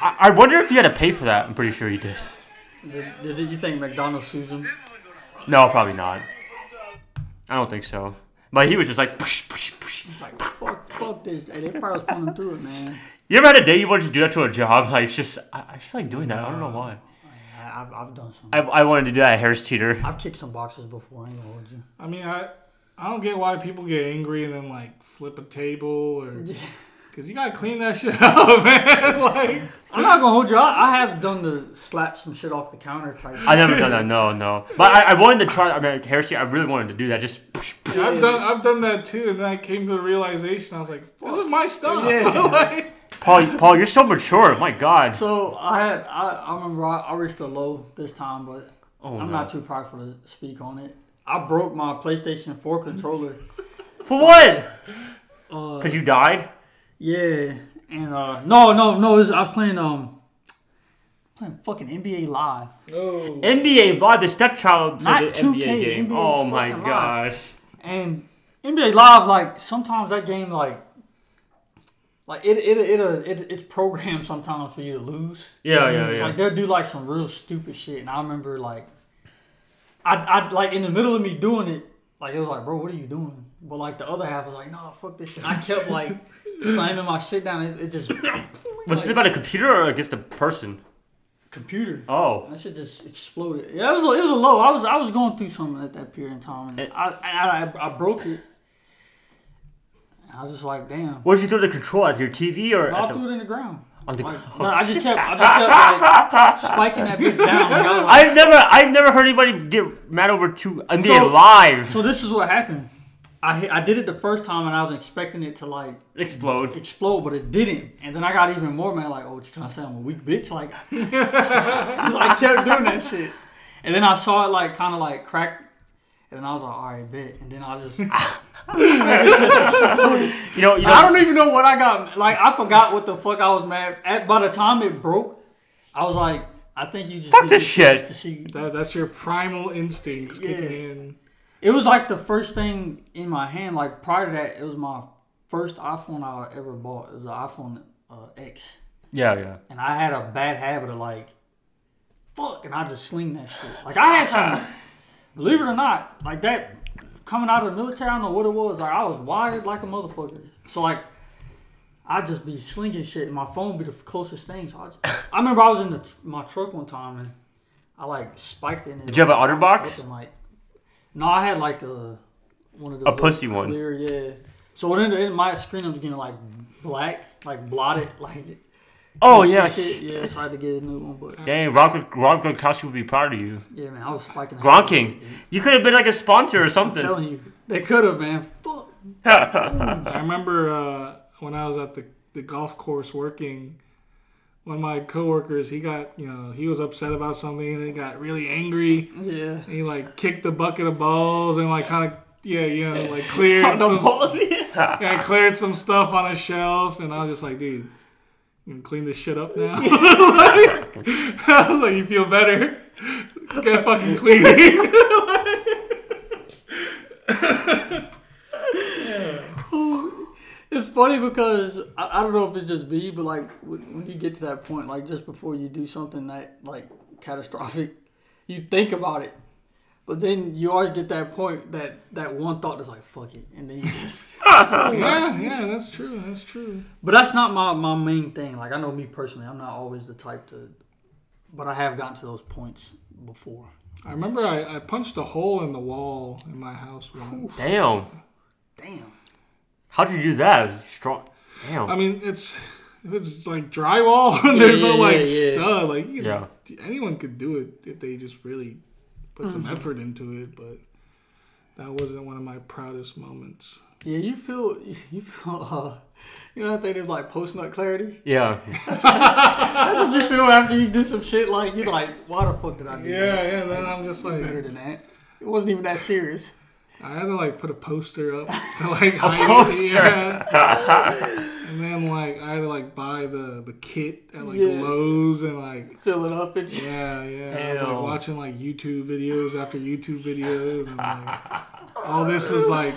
Speaker 2: I, I wonder if he had to pay for that. I'm pretty sure he did.
Speaker 1: Did, did you think McDonald's sues him?
Speaker 2: No, probably not. I don't think so. But he was just like. Push, push, push.
Speaker 1: It's like fuck, fuck this. Hey, they probably was pulling him through it, man.
Speaker 2: You ever had a day you wanted to do that to a job? (laughs) Like it's just, I, I feel like doing that. I don't know why.
Speaker 1: I- I've, I've done some.
Speaker 2: I, I wanted to do that at Harris Teeter.
Speaker 1: I've kicked some boxes before. I ain't gonna hold you.
Speaker 3: I mean, I I don't get why people get angry and then like flip a table (laughs) or because you gotta clean that shit (laughs) up, man. like
Speaker 1: I'm not gonna hold you. I, I have done the slap some shit off the counter type.
Speaker 2: I never done that. No, no. But I, I wanted to try. I mean, heresy. I really wanted to do that. Just push, push.
Speaker 3: I've done I've done that too, and then I came to the realization I was like, this is my stuff.
Speaker 1: Yeah.
Speaker 3: (laughs) like,
Speaker 2: Paul, Paul, you're so mature. My God.
Speaker 1: So I had I, I remember I, I reached a low this time, but
Speaker 2: Oh
Speaker 1: I'm
Speaker 2: no.
Speaker 1: not too prideful to speak on it. I broke my PlayStation 4 controller.
Speaker 2: For what?
Speaker 1: Uh,
Speaker 2: Because you died.
Speaker 1: yeah, and uh, no, no, no. It was, I was playing um, playing fucking NBA Live.
Speaker 3: oh.
Speaker 2: NBA Live, the stepchild of the
Speaker 1: Not
Speaker 2: NBA
Speaker 1: 2K,
Speaker 2: game.
Speaker 1: NBA
Speaker 2: oh my
Speaker 1: fucking
Speaker 2: gosh.
Speaker 1: And NBA Live, like sometimes that game, like, like it it it, uh, it it's programmed sometimes for you to lose.
Speaker 2: Yeah, yeah,
Speaker 1: It's
Speaker 2: yeah.
Speaker 1: like they'll do like some real stupid shit, and I remember like, I I like in the middle of me doing it, like it was like, bro, what are you doing? But like the other half was like, nah, fuck this shit. I kept
Speaker 2: (laughs)
Speaker 1: like slamming my shit down. It, it just (coughs)
Speaker 2: Was this about a computer or against a person?
Speaker 1: computer.
Speaker 2: Oh.
Speaker 1: That shit just exploded. Yeah, it was a, it was a low. I was I was going through something at that period in time, and I I, I, I broke it. And I was just like, damn.
Speaker 2: What did you throw the control at your TV or
Speaker 1: I
Speaker 2: at
Speaker 1: threw
Speaker 2: the?
Speaker 1: it in the ground.
Speaker 2: On the
Speaker 1: Like,
Speaker 2: (laughs) oh,
Speaker 1: no, I just kept, I just kept like spiking that bitch down. Like, I was
Speaker 2: (laughs)
Speaker 1: like-
Speaker 2: I've never, I've never heard anybody get mad over two NBA
Speaker 1: So-
Speaker 2: Live
Speaker 1: so this is what happened. I hit- I did it the first time, and I was expecting it to like
Speaker 2: explode.
Speaker 1: explode, but it didn't. And then I got even more mad, like, oh, what you trying to say I'm a weak bitch? Like, (laughs) I kept doing that shit. And then I saw it, like, kind of like crack. And then I was like, all right, bet. And then I was just,
Speaker 2: You know, you know.
Speaker 1: I don't even know what I got. Like, I forgot what the fuck I was mad at. By the time it broke, I was like, I think you just
Speaker 2: Fuck
Speaker 1: did
Speaker 2: this shit.
Speaker 1: just to see.
Speaker 3: That, that's your primal instincts kicking in.
Speaker 1: It was like the first thing in my hand. Like prior to that, it was my first iPhone I ever bought. It was an iPhone uh, X.
Speaker 2: yeah, yeah.
Speaker 1: and I had a bad habit of like, fuck, and I just sling that shit. Like I had
Speaker 2: (laughs)
Speaker 1: some, believe it or not, like that coming out of the military. I don't know what it was. Like I was wired like a motherfucker. So like, I just be slinging shit, and my phone be the closest thing. So I, just, I remember I was in the, tr- my truck one time, and I like spiked it. And
Speaker 2: Did you have an OtterBox?
Speaker 1: Like, no, I had like a one of those
Speaker 2: A
Speaker 1: little
Speaker 2: pussy one.
Speaker 1: Clear, yeah. So it ended, it, my screen ended up getting (laughs) like black, like blotted, like
Speaker 2: Oh
Speaker 1: It's-
Speaker 2: yeah.
Speaker 1: it's- it- yeah. So I had to get a new one, but
Speaker 2: Dang, Rob, Rob Gronkowski would be proud of you.
Speaker 1: yeah, man, I was spiking. the
Speaker 2: Gronking.
Speaker 1: hell out of
Speaker 2: You could have been like a sponsor or
Speaker 1: it, dude. I'm
Speaker 2: something.
Speaker 1: telling you, they could have, man. Fuck.
Speaker 2: (laughs)
Speaker 3: I remember uh, when I was at the, the golf course working, one of my coworkers, he got, you know, he was upset about something and he got really angry.
Speaker 1: Yeah.
Speaker 3: And he like kicked a bucket of balls and like kind of, yeah, you know, like cleared
Speaker 1: The
Speaker 3: some,
Speaker 1: balls, yeah.
Speaker 3: yeah, cleared some stuff on a shelf. And I was just like, dude, you can clean this shit up now. (laughs) I was like, you feel better? Get
Speaker 1: (laughs)
Speaker 3: fucking clean.
Speaker 1: (laughs) It's funny because I, I don't know if it's just me, but like when when you get to that point, like just before you do something that like catastrophic, you think about it, but then you always get that point that that one thought that's like fuck it, and then you just. (laughs)
Speaker 3: yeah, yeah, that's true. That's true.
Speaker 1: But that's not my, my main thing. Like I know me personally, I'm not always the type to, but I have gotten to those points before.
Speaker 3: I remember I, I punched a hole in the wall in my house once.
Speaker 2: Damn.
Speaker 1: Damn.
Speaker 2: How'd you do that? Strong. Damn.
Speaker 3: I mean, it's if it's like drywall (laughs) and there's no
Speaker 1: yeah,
Speaker 3: like
Speaker 1: yeah.
Speaker 3: stud, like you can,
Speaker 2: Yeah.
Speaker 3: anyone could do it if they just really put some
Speaker 1: Mm.
Speaker 3: effort into it. But that wasn't one of my proudest moments.
Speaker 1: Yeah, you feel (laughs) you feel. Uh, you know that thing of like post nut clarity.
Speaker 2: yeah.
Speaker 1: (laughs) That's what you feel after you do some shit like you're like, why the fuck did I do that?
Speaker 3: Yeah, yeah. Then I'm just like,
Speaker 1: Better than that. It wasn't even that serious.
Speaker 3: I had to like put a poster up to like hide
Speaker 2: poster.
Speaker 3: it. Yeah. and then like I had to like buy the the kit at like
Speaker 1: Yeah.
Speaker 3: Lowe's and like
Speaker 1: (laughs) Fill it up and shit.
Speaker 3: Yeah, yeah. I was like
Speaker 2: Damn.
Speaker 3: watching like YouTube videos after YouTube videos, and
Speaker 2: (laughs)
Speaker 3: like all this was like,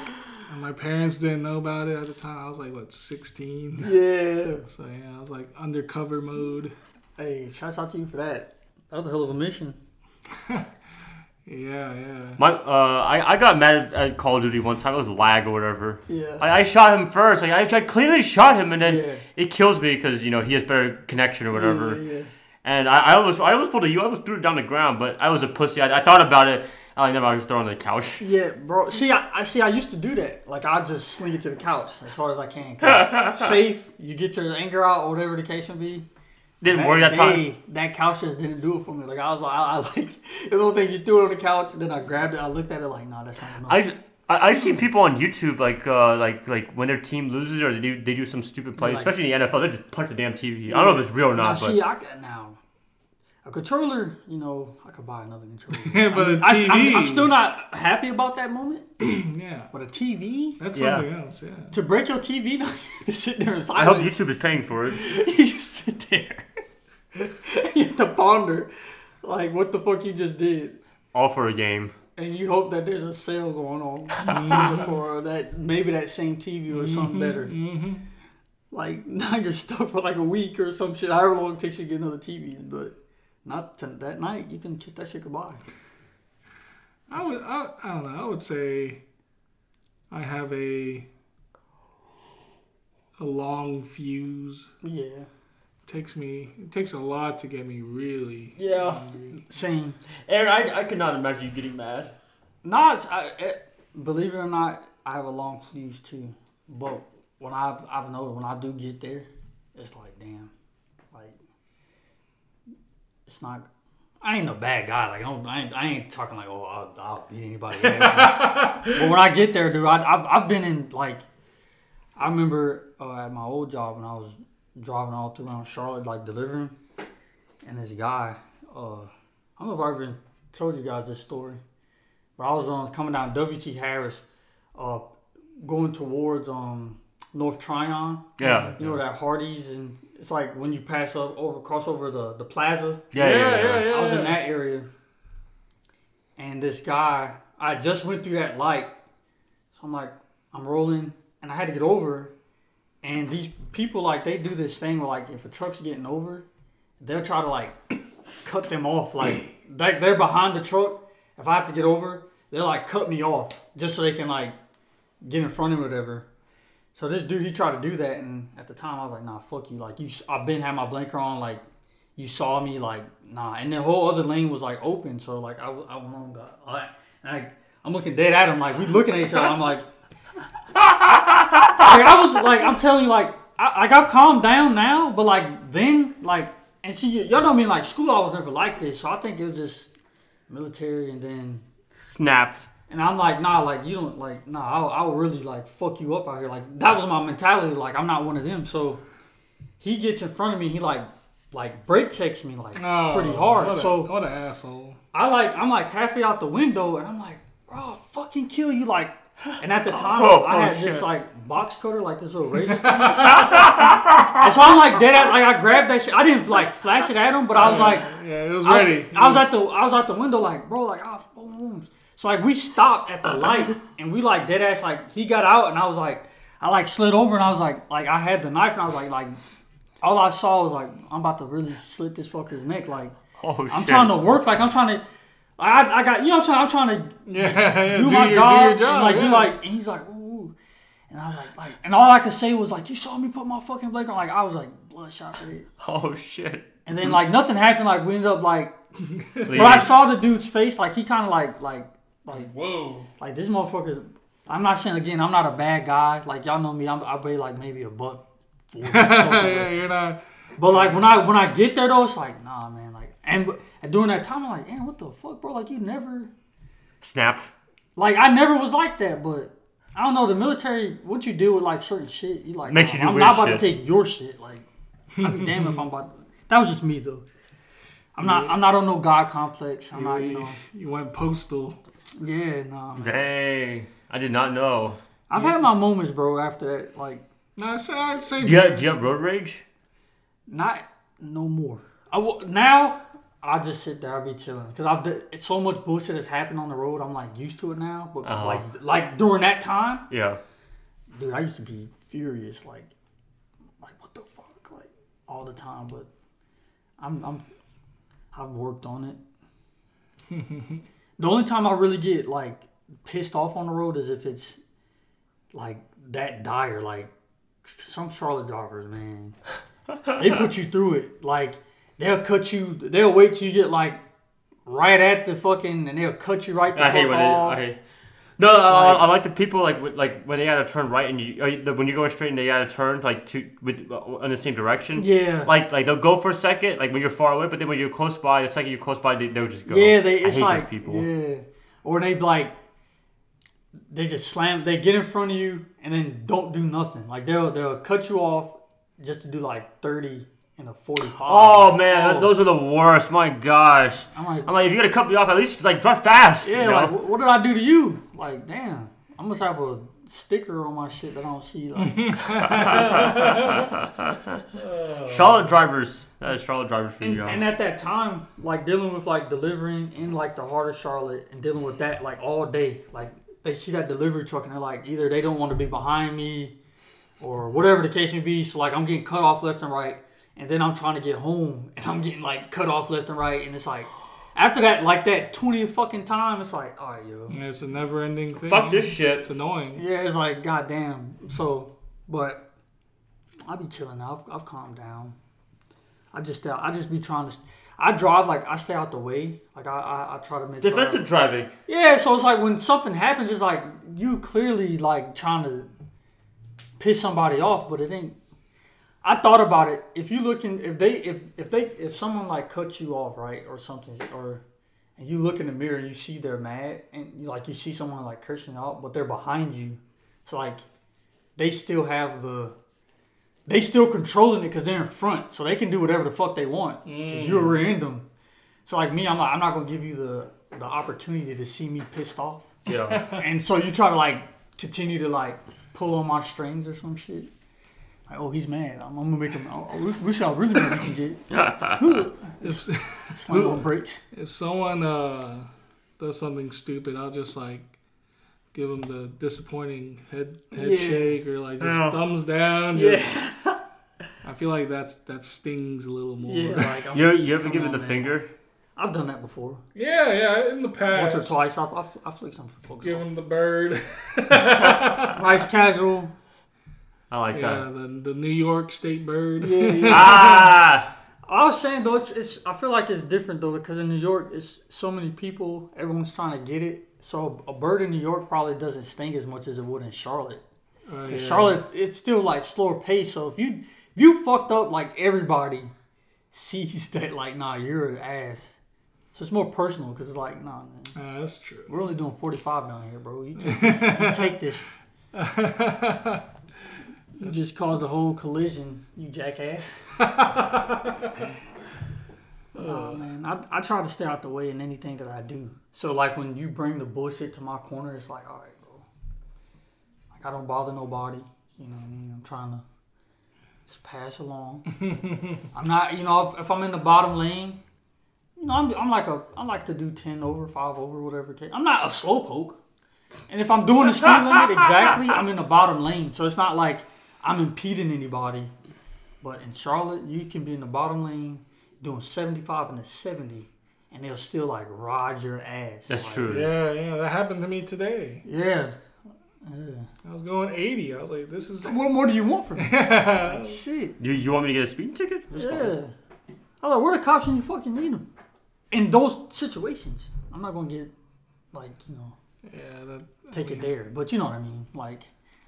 Speaker 3: and my parents didn't know about it at the time. I was like what sixteen,
Speaker 1: Yeah.
Speaker 3: so yeah, I was like undercover mode.
Speaker 1: Hey, shouts out to you for that. That was a hell of a mission.
Speaker 3: Yeah, yeah. (clears throat)
Speaker 2: My uh, I, I got mad at, at Call of Duty one time. It was lag or whatever.
Speaker 1: Yeah.
Speaker 2: I, I shot him first. Like I, I clearly shot him, and then
Speaker 1: Yeah.
Speaker 2: it kills me because you know he has better connection or whatever.
Speaker 1: Yeah, yeah.
Speaker 2: And I, I almost I almost pulled a U. I almost threw it down the ground, but I was a pussy. I, I thought about it. I like, never. I was just throwing it on the couch. (laughs)
Speaker 1: Yeah, bro. See, I, I see. I used to do that. Like I just sling it to the couch as hard as I can. (laughs) 'Cause Safe. You get your anger out, or whatever the case may be.
Speaker 2: Didn't worry that time.
Speaker 1: day, That couch just didn't do it for me. Like I was like, I, I like (laughs) it's one thing you threw it on the couch, and then I grabbed it. I looked at it like, nah, that's not enough.
Speaker 2: I. I, I've seen people on YouTube like uh, like like when their team loses or they do, they do some stupid play,
Speaker 1: Like-
Speaker 2: especially in the NFL, they just punch the damn TV. I don't know if it's real or
Speaker 1: now,
Speaker 2: not,
Speaker 1: see, I got now a controller. You know, I could buy another controller.
Speaker 2: (laughs)
Speaker 3: Yeah, but a
Speaker 1: I, am
Speaker 3: TV.
Speaker 1: still not happy about that moment.
Speaker 3: yeah.
Speaker 1: But a TV
Speaker 3: That's
Speaker 2: Yeah.
Speaker 3: something else. Yeah.
Speaker 1: to break your TV, (laughs) now you have to sit there and
Speaker 2: but I
Speaker 1: silence.
Speaker 2: hope YouTube is paying for it.
Speaker 1: (laughs) you just sit there. (laughs) you have to ponder, like, what the fuck you just did.
Speaker 2: All for a game.
Speaker 1: And you hope that there's a sale going
Speaker 3: (laughs)
Speaker 1: on for that, maybe that same TV or something better.
Speaker 3: Mm-hmm.
Speaker 1: Like, (laughs) now you're stuck for like a week or some shit, however long it takes you to get another TV. But not to, that night, you can kiss that shit goodbye.
Speaker 3: I would. I, I don't know. I would say I have a a long fuse.
Speaker 1: Yeah.
Speaker 3: takes me. It takes a lot to get me really.
Speaker 2: Yeah.
Speaker 3: Angry.
Speaker 1: Same.
Speaker 2: Aaron, I, I could not imagine you getting mad.
Speaker 1: No, it's, I, it, believe it or not, I have a long fuse too. But when I've I've noticed when I do get there, it's like damn, like it's not. I ain't a bad guy. Like I don't. I ain't, I ain't talking like oh I'll, I'll beat anybody. but when I get there, dude, I, I've I've been in like I remember uh, at my old job when I was driving all through around Charlotte, like delivering, and this guy. Uh, I don't know if I even told you guys this story. But I was on coming down WT Harris, uh, going towards um North Tryon.
Speaker 2: Yeah.
Speaker 1: You know that Hardee's and it's like when you pass up over cross over the the plaza.
Speaker 2: Yeah, yeah, yeah. yeah,
Speaker 1: I was in that area, and this guy, I just went through that light, so I'm like, I'm rolling, and I had to get over, and these people like they do this thing where like if a truck's getting over, they'll try to like (coughs) cut them off, like they, they're behind the truck. If I have to get over, they'll like cut me off just so they can like get in front of me, whatever. So this dude, he tried to do that, and at the time I was like, "Nah, fuck you!" Like you, s- I've been had my blinker on, like you saw me like nah and the whole other lane was like open so like i, I went on the I, and I, i'm looking dead (laughs) at him like we looking at each other i'm like like i was like i'm telling you like I, like I've calmed down now, but like then, like and see, y'all don't mean like school. I was never like this, so I think it was just military, and then
Speaker 2: Snaps.
Speaker 1: and I'm like, nah, like you don't like, nah, I'll, I'll really like fuck you up out here. Like that was my mentality. Like I'm not one of them. So he gets in front of me, he like like brake checks me like
Speaker 3: Oh,
Speaker 1: pretty hard.
Speaker 3: What a,
Speaker 1: so
Speaker 3: what an asshole.
Speaker 1: I like I'm like halfway out the window and I'm like, bro, I'll fucking kill you like and at the time
Speaker 2: Oh,
Speaker 1: I
Speaker 2: oh,
Speaker 1: had
Speaker 2: shit.
Speaker 1: this like box cutter, like this little razor. thing. and so I'm like dead at like I grabbed that shit. I didn't like flash it at him, but I was like
Speaker 3: Yeah, it was
Speaker 1: I-
Speaker 3: ready.
Speaker 1: I, was at the I was out the window like, bro, like ah, boom, boom. So like we stopped at the
Speaker 3: (laughs)
Speaker 1: light and we like dead ass like he got out and I was like I like slid over and I was like like I had the knife and I was like like all I saw was like I'm about to really slit this fucker's neck like
Speaker 2: Oh shit.
Speaker 1: I'm trying to work like I'm trying to I, I got you know what I'm trying I'm trying to
Speaker 3: (laughs) yeah, yeah,
Speaker 1: do, my
Speaker 3: your,
Speaker 1: job,
Speaker 3: do your job.
Speaker 1: and like
Speaker 3: yeah.
Speaker 1: you like and he's like ooh, ooh. and I was like like and all I could say was like you saw me put my fucking blade on like I was like bloodshot red
Speaker 2: Oh shit.
Speaker 1: and
Speaker 3: Mm.
Speaker 1: then like nothing happened like we ended up like
Speaker 2: Please.
Speaker 1: but I saw the dude's face, like he kind of like like like
Speaker 3: Whoa.
Speaker 1: like this motherfucker's. I'm not saying again. I'm not a bad guy. Like y'all know me. I'm, I weigh like maybe a buck. 40 or
Speaker 3: yeah,
Speaker 2: (laughs)
Speaker 1: something.
Speaker 3: you're not.
Speaker 1: but like when I when I get there though, it's like nah, man. Like and, and during that time, I'm like, man, what the fuck, bro? Like you never.
Speaker 2: Snap.
Speaker 1: Like I never was like that, but I don't know. The military, what you do with like certain shit, you like.
Speaker 2: Makes you do
Speaker 1: I'm
Speaker 2: weird
Speaker 1: not about
Speaker 2: shit.
Speaker 1: to take your shit. Like, I'd
Speaker 2: (laughs)
Speaker 1: be damn if I'm about. To, that was just me though. I'm not. I'm not on no god complex. I'm not. You
Speaker 3: You,
Speaker 1: know.
Speaker 3: you went postal.
Speaker 1: Yeah, nah.
Speaker 2: Dang. I did not know.
Speaker 1: I've had my moments, bro. After that, like
Speaker 3: No, say, I'd say.
Speaker 2: Do you have, do you have road rage?
Speaker 1: not no more. I w- now I just sit there, I be chilling because I've d- it's so much bullshit has happened on the road. I'm like used to it now, but
Speaker 2: Uh-huh.
Speaker 1: like like during that time,
Speaker 2: Yeah.
Speaker 1: dude, I used to be furious, like like what the fuck, like all the time. But I'm I'm I've worked on it.
Speaker 2: (laughs)
Speaker 1: the only time I really get like pissed off on the road is if it's like that dire, like some Charlotte drivers, man. they put you through it. Like they'll cut you. They'll wait till you get like right at the fucking, and they'll cut you right the
Speaker 2: I hate
Speaker 1: fuck
Speaker 2: when they.
Speaker 1: off.
Speaker 2: I hate. No, I- I, I like the people like with- like when they gotta turn right and you uh, the- when you're going straight and they gotta turn like to with uh, in the same direction.
Speaker 1: Yeah.
Speaker 2: Like like they'll go for a second like when you're far away, but then when you're close by, the second you're close by, they, they'll just go.
Speaker 1: Yeah, they.
Speaker 2: I
Speaker 1: It's
Speaker 2: hate
Speaker 1: like
Speaker 2: those people.
Speaker 1: yeah, or they like they just slam. They get in front of you and then don't do nothing. Like they'll they'll cut you off just to do like thirty and a forty-five.
Speaker 2: Oh man, th-
Speaker 1: Oh.
Speaker 2: those are the worst. My gosh.
Speaker 1: I'm like,
Speaker 2: I'm like, if you're gonna cut me off, at least like drive fast.
Speaker 1: yeah,
Speaker 2: you know?
Speaker 1: like wh- what did I do to you? Like damn, I must have a sticker on my shit that I don't see. Like
Speaker 2: Charlotte drivers. That is Charlotte drivers for you
Speaker 1: and,
Speaker 2: guys.
Speaker 1: and at that time, like dealing with like delivering in like the heart of Charlotte and dealing with that like all day. Like they see that delivery truck and they're like either they don't want to be behind me or whatever the case may be. So like I'm getting cut off left and right, and then I'm trying to get home and I'm getting like cut off left and right, and it's like after that like that twentieth fucking time, it's like all right, yo,
Speaker 3: It's a never ending thing.
Speaker 2: Fuck this shit.
Speaker 3: It's annoying.
Speaker 1: yeah, it's like goddamn. So, but I be chilling now. I've, I've calmed down. I just stay- I just be trying to. st- I drive like I stay out the way. Like I I, I try to make sure I-
Speaker 2: Defensive driving.
Speaker 1: yeah, so it's like when something happens, it's like you clearly like trying to piss somebody off, but it ain't. I thought about it. If you looking, if they, if if they, if someone like cuts you off, right, or something, or and you look in the mirror and you see they're mad, and you, like you see someone like cursing out, but they're behind you, so like they still have the, they still controlling it because they're in front, so they can do whatever the fuck they want because you're rear end them. So like me, I'm like I'm not gonna give you the the opportunity to see me pissed off,
Speaker 2: Yeah.
Speaker 1: and so you try to like continue to like pull on my strings or some shit. Like oh he's mad, I'm, I'm gonna make him. Oh, we, we shall really make him get
Speaker 3: If,
Speaker 1: slam on brakes.
Speaker 3: if someone uh, does something stupid, I'll just like give them the disappointing head head
Speaker 1: Yeah.
Speaker 3: shake or like just
Speaker 2: Ow.
Speaker 3: thumbs down. Just, (laughs) I feel like that's that stings a little more.
Speaker 1: yeah, like I'm,
Speaker 2: (laughs) You ever, you ever
Speaker 1: Come
Speaker 2: give it
Speaker 1: on,
Speaker 2: the
Speaker 1: man.
Speaker 2: finger?
Speaker 1: I've done that before
Speaker 3: yeah, yeah, In the
Speaker 1: once
Speaker 3: past,
Speaker 1: or twice. I've I've, I've flicked some for folks.
Speaker 3: Give them the bird.
Speaker 1: (laughs)
Speaker 3: (laughs)
Speaker 1: Nice casual.
Speaker 2: I like
Speaker 3: yeah,
Speaker 2: that.
Speaker 3: the, the New York State bird.
Speaker 1: Yeah, yeah.
Speaker 2: (laughs) Ah.
Speaker 1: (laughs) I was saying though, it's, it's I feel like it's different though because in New York, it's so many people. Everyone's trying to get it. So a bird in New York probably doesn't sting as much as it would in Charlotte.
Speaker 3: Uh,
Speaker 1: 'Cause
Speaker 3: yeah.
Speaker 1: Charlotte, it's still like slower pace. So if you if you fucked up, like everybody sees (laughs) that, like nah, you're an ass. So it's more personal because it's like nah, man,
Speaker 3: Uh, that's true. (laughs)
Speaker 1: we're only doing 45 down here, bro. You take this. you take this. you just caused a whole collision, you jackass. Nah, man, I, I try to stay out the way in anything that I do. So like when you bring the bullshit to my corner, it's like all right, bro. Like I don't bother nobody. You know what I mean? I'm trying to just pass
Speaker 2: (laughs)
Speaker 1: along. I'm not, you know, if, if I'm in the bottom lane, you know, I'm, I'm like a, I like to do ten over, five over, whatever. it takes. I'm not a slowpoke. And if I'm doing the speed limit exactly, I'm in the bottom lane. So it's not like I'm impeding anybody. But in Charlotte, you can be in the bottom lane doing 75 and a 70, and they'll still like ride your ass.
Speaker 2: That's
Speaker 1: Like,
Speaker 2: true.
Speaker 3: Yeah, yeah, that happened to me today.
Speaker 1: Yeah. yeah.
Speaker 3: I was going 80. I was like, this is.
Speaker 1: What more do you want from me?
Speaker 2: (laughs)
Speaker 1: Like, shit.
Speaker 2: You, you want me to get a speeding ticket? That's fine.
Speaker 1: Yeah. I was like, where the cops when you fucking need them? In those situations, I'm not gonna get like you know
Speaker 3: Oh, Yeah, that,
Speaker 1: take it there, but you know what I mean. Like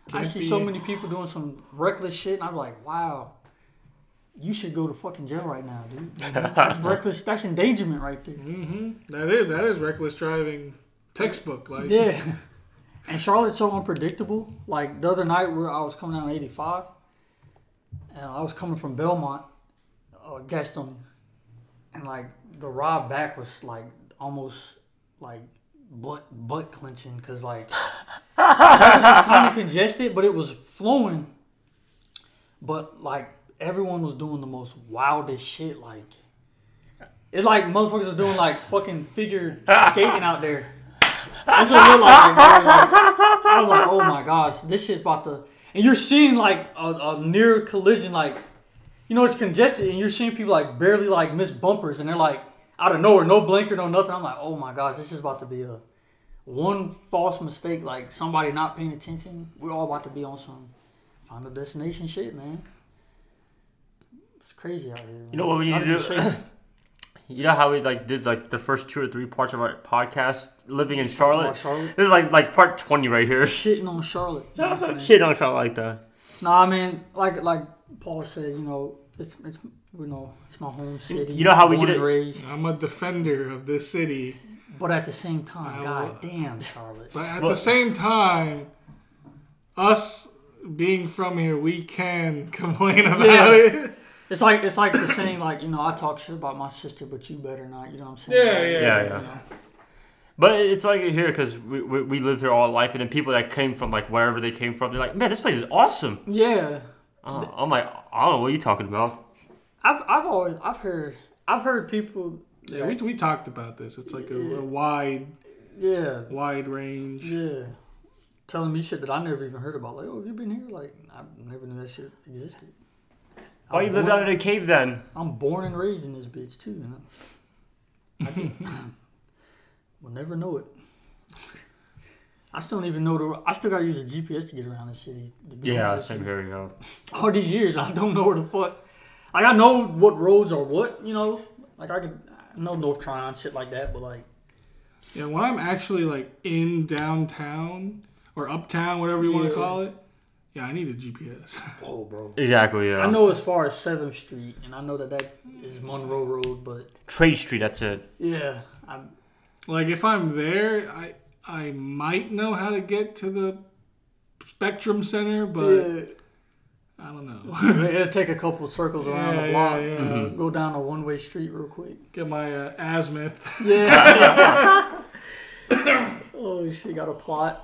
Speaker 1: I
Speaker 3: Can't
Speaker 1: see
Speaker 3: be-
Speaker 1: so many people doing some reckless shit, and I'm like, wow, you should go to fucking jail right now,
Speaker 3: (laughs)
Speaker 1: dude. That's reckless. That's endangerment right there.
Speaker 3: hmm That is that is reckless driving textbook. Like,
Speaker 1: Yeah. And Charlotte's so unpredictable. Like the other night, where I was coming down 85, and I was coming from Belmont, uh, Gaston, and like the ride back was like almost like butt butt clenching because like it was kind of congested, but it was flowing. But like everyone was doing the most wildest shit. Like it's like motherfuckers are doing like fucking
Speaker 2: (laughs)
Speaker 1: figure skating out there. That's what it looked like. man. Like, I was like, oh my gosh, this shit's about to. And you're seeing like a, a near collision, like you know it's congested, and you're seeing people like barely like miss bumpers, and they're like out of nowhere, no blinker, no nothing. I'm like, oh my gosh, this is about to be a one false mistake, like somebody not paying attention. We're all about to be on some final destination shit, man. It's crazy out here. Man.
Speaker 2: You know what we need
Speaker 1: Not
Speaker 2: to
Speaker 1: even
Speaker 2: do? (laughs)
Speaker 1: safe.
Speaker 2: You know how we like did like the first two or three parts of our podcast living in
Speaker 1: talking
Speaker 2: Charlotte.
Speaker 1: about Charlotte?
Speaker 2: This is like like part twenty right here.
Speaker 1: Shitting on Charlotte. you know what I mean?
Speaker 2: (laughs) Shit, don't Charlotte like that.
Speaker 1: Nah, I mean, like like Paul said, you know, it's it's you know, it's my home city.
Speaker 2: you know how we
Speaker 1: born
Speaker 2: get
Speaker 1: and
Speaker 2: it-
Speaker 1: raised,
Speaker 3: I'm a defender of this city,
Speaker 1: but at the same time,
Speaker 3: I
Speaker 1: god damn, Charlotte.
Speaker 3: but at
Speaker 2: Well-
Speaker 3: the same time, us being from here, we can (laughs) complain about
Speaker 1: Yeah.
Speaker 3: it.
Speaker 1: It's like it's like the saying, like you know, I talk shit about my sister, but you better not. You know what I'm saying?
Speaker 3: Yeah, yeah.
Speaker 2: Yeah, yeah. But it's like it here because we, we, we lived here all life, and then people that came from like wherever they came from, they're like, man, this place is awesome.
Speaker 1: Yeah.
Speaker 2: Uh, I'm like, I don't know what you talking about.
Speaker 1: I've I've always I've heard I've heard people.
Speaker 3: Yeah, we, we talked about this. It's like a, a wide
Speaker 1: Yeah.
Speaker 3: wide range.
Speaker 1: Yeah. Telling me shit that I never even heard about. Like, oh, you been here? Like, I never knew that shit existed.
Speaker 2: Why
Speaker 1: I'm
Speaker 2: you Oh, lived
Speaker 1: born-
Speaker 2: out in a cave then?
Speaker 1: I'm born and raised in this bitch too. You know? I just, (clears throat) we'll never know it. I still don't even know the. I still gotta use a GPS to get around this city. to be
Speaker 2: Yeah,
Speaker 1: honest with
Speaker 2: same
Speaker 1: you.
Speaker 2: here. You know.
Speaker 1: All these years, I don't know where the fuck. Like I know what roads are what, you know. Like I could I know North Tryon shit like that, but like
Speaker 3: Yeah, when I'm actually like in downtown or uptown, whatever you want
Speaker 1: Yeah.
Speaker 3: to call it, yeah, I need a (laughs) GPS.
Speaker 1: oh, bro.
Speaker 2: Exactly. Yeah.
Speaker 1: I know as far as Seventh Street, and I know that that is Monroe Road, but
Speaker 2: Trade Street. That's it.
Speaker 1: yeah, I,
Speaker 3: like if I'm there, I I might know how to get to the Spectrum Center, but
Speaker 1: yeah,
Speaker 3: I don't know. (laughs)
Speaker 1: it'll take a couple circles around
Speaker 3: Yeah,
Speaker 1: the
Speaker 3: yeah,
Speaker 1: block,
Speaker 3: yeah.
Speaker 1: go down a one-way street real quick.
Speaker 3: Get my uh, azimuth. (laughs)
Speaker 1: Yeah. (laughs) oh, she got a plot.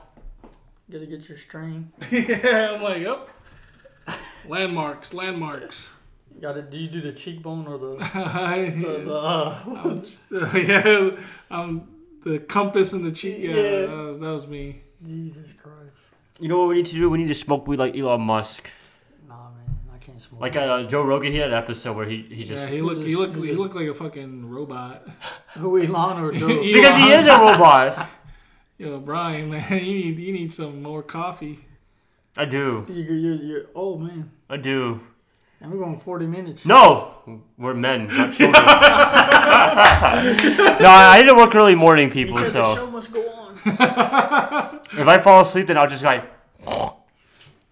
Speaker 1: Gotta get your string.
Speaker 3: yeah, I'm like,
Speaker 1: (laughs)
Speaker 3: yep. Landmarks, landmarks. (laughs)
Speaker 1: You gotta. Do you do the cheekbone or the? the,
Speaker 2: (laughs)
Speaker 3: I-
Speaker 1: the uh,
Speaker 3: (laughs) yeah, um, the compass and the cheek. Yeah,
Speaker 1: Yeah.
Speaker 3: That, was, that was me.
Speaker 1: Jesus Christ.
Speaker 2: You know what we need to do? We need to smoke weed like Elon Musk.
Speaker 1: Nah, man, I can't smoke.
Speaker 2: Like uh, Joe Rogan, he had an episode where he, he just
Speaker 3: yeah, he looked, he
Speaker 1: just-
Speaker 3: looked,
Speaker 1: he
Speaker 3: he
Speaker 1: just-
Speaker 3: looked like a fucking robot.
Speaker 1: who Elon
Speaker 2: (laughs)
Speaker 1: or Joe?
Speaker 3: Elon.
Speaker 2: because he is a robot.
Speaker 3: Yo, Brian, (laughs) man, you need you need some more coffee.
Speaker 2: I do.
Speaker 1: you, you, you, oh man,
Speaker 2: I do.
Speaker 1: and we're going forty minutes.
Speaker 2: No, we're men, not (laughs) children. no, I need to work early morning,
Speaker 1: He
Speaker 2: people.
Speaker 1: said the
Speaker 2: So (laughs)
Speaker 1: show must go on.
Speaker 2: if I fall asleep, then I'll just like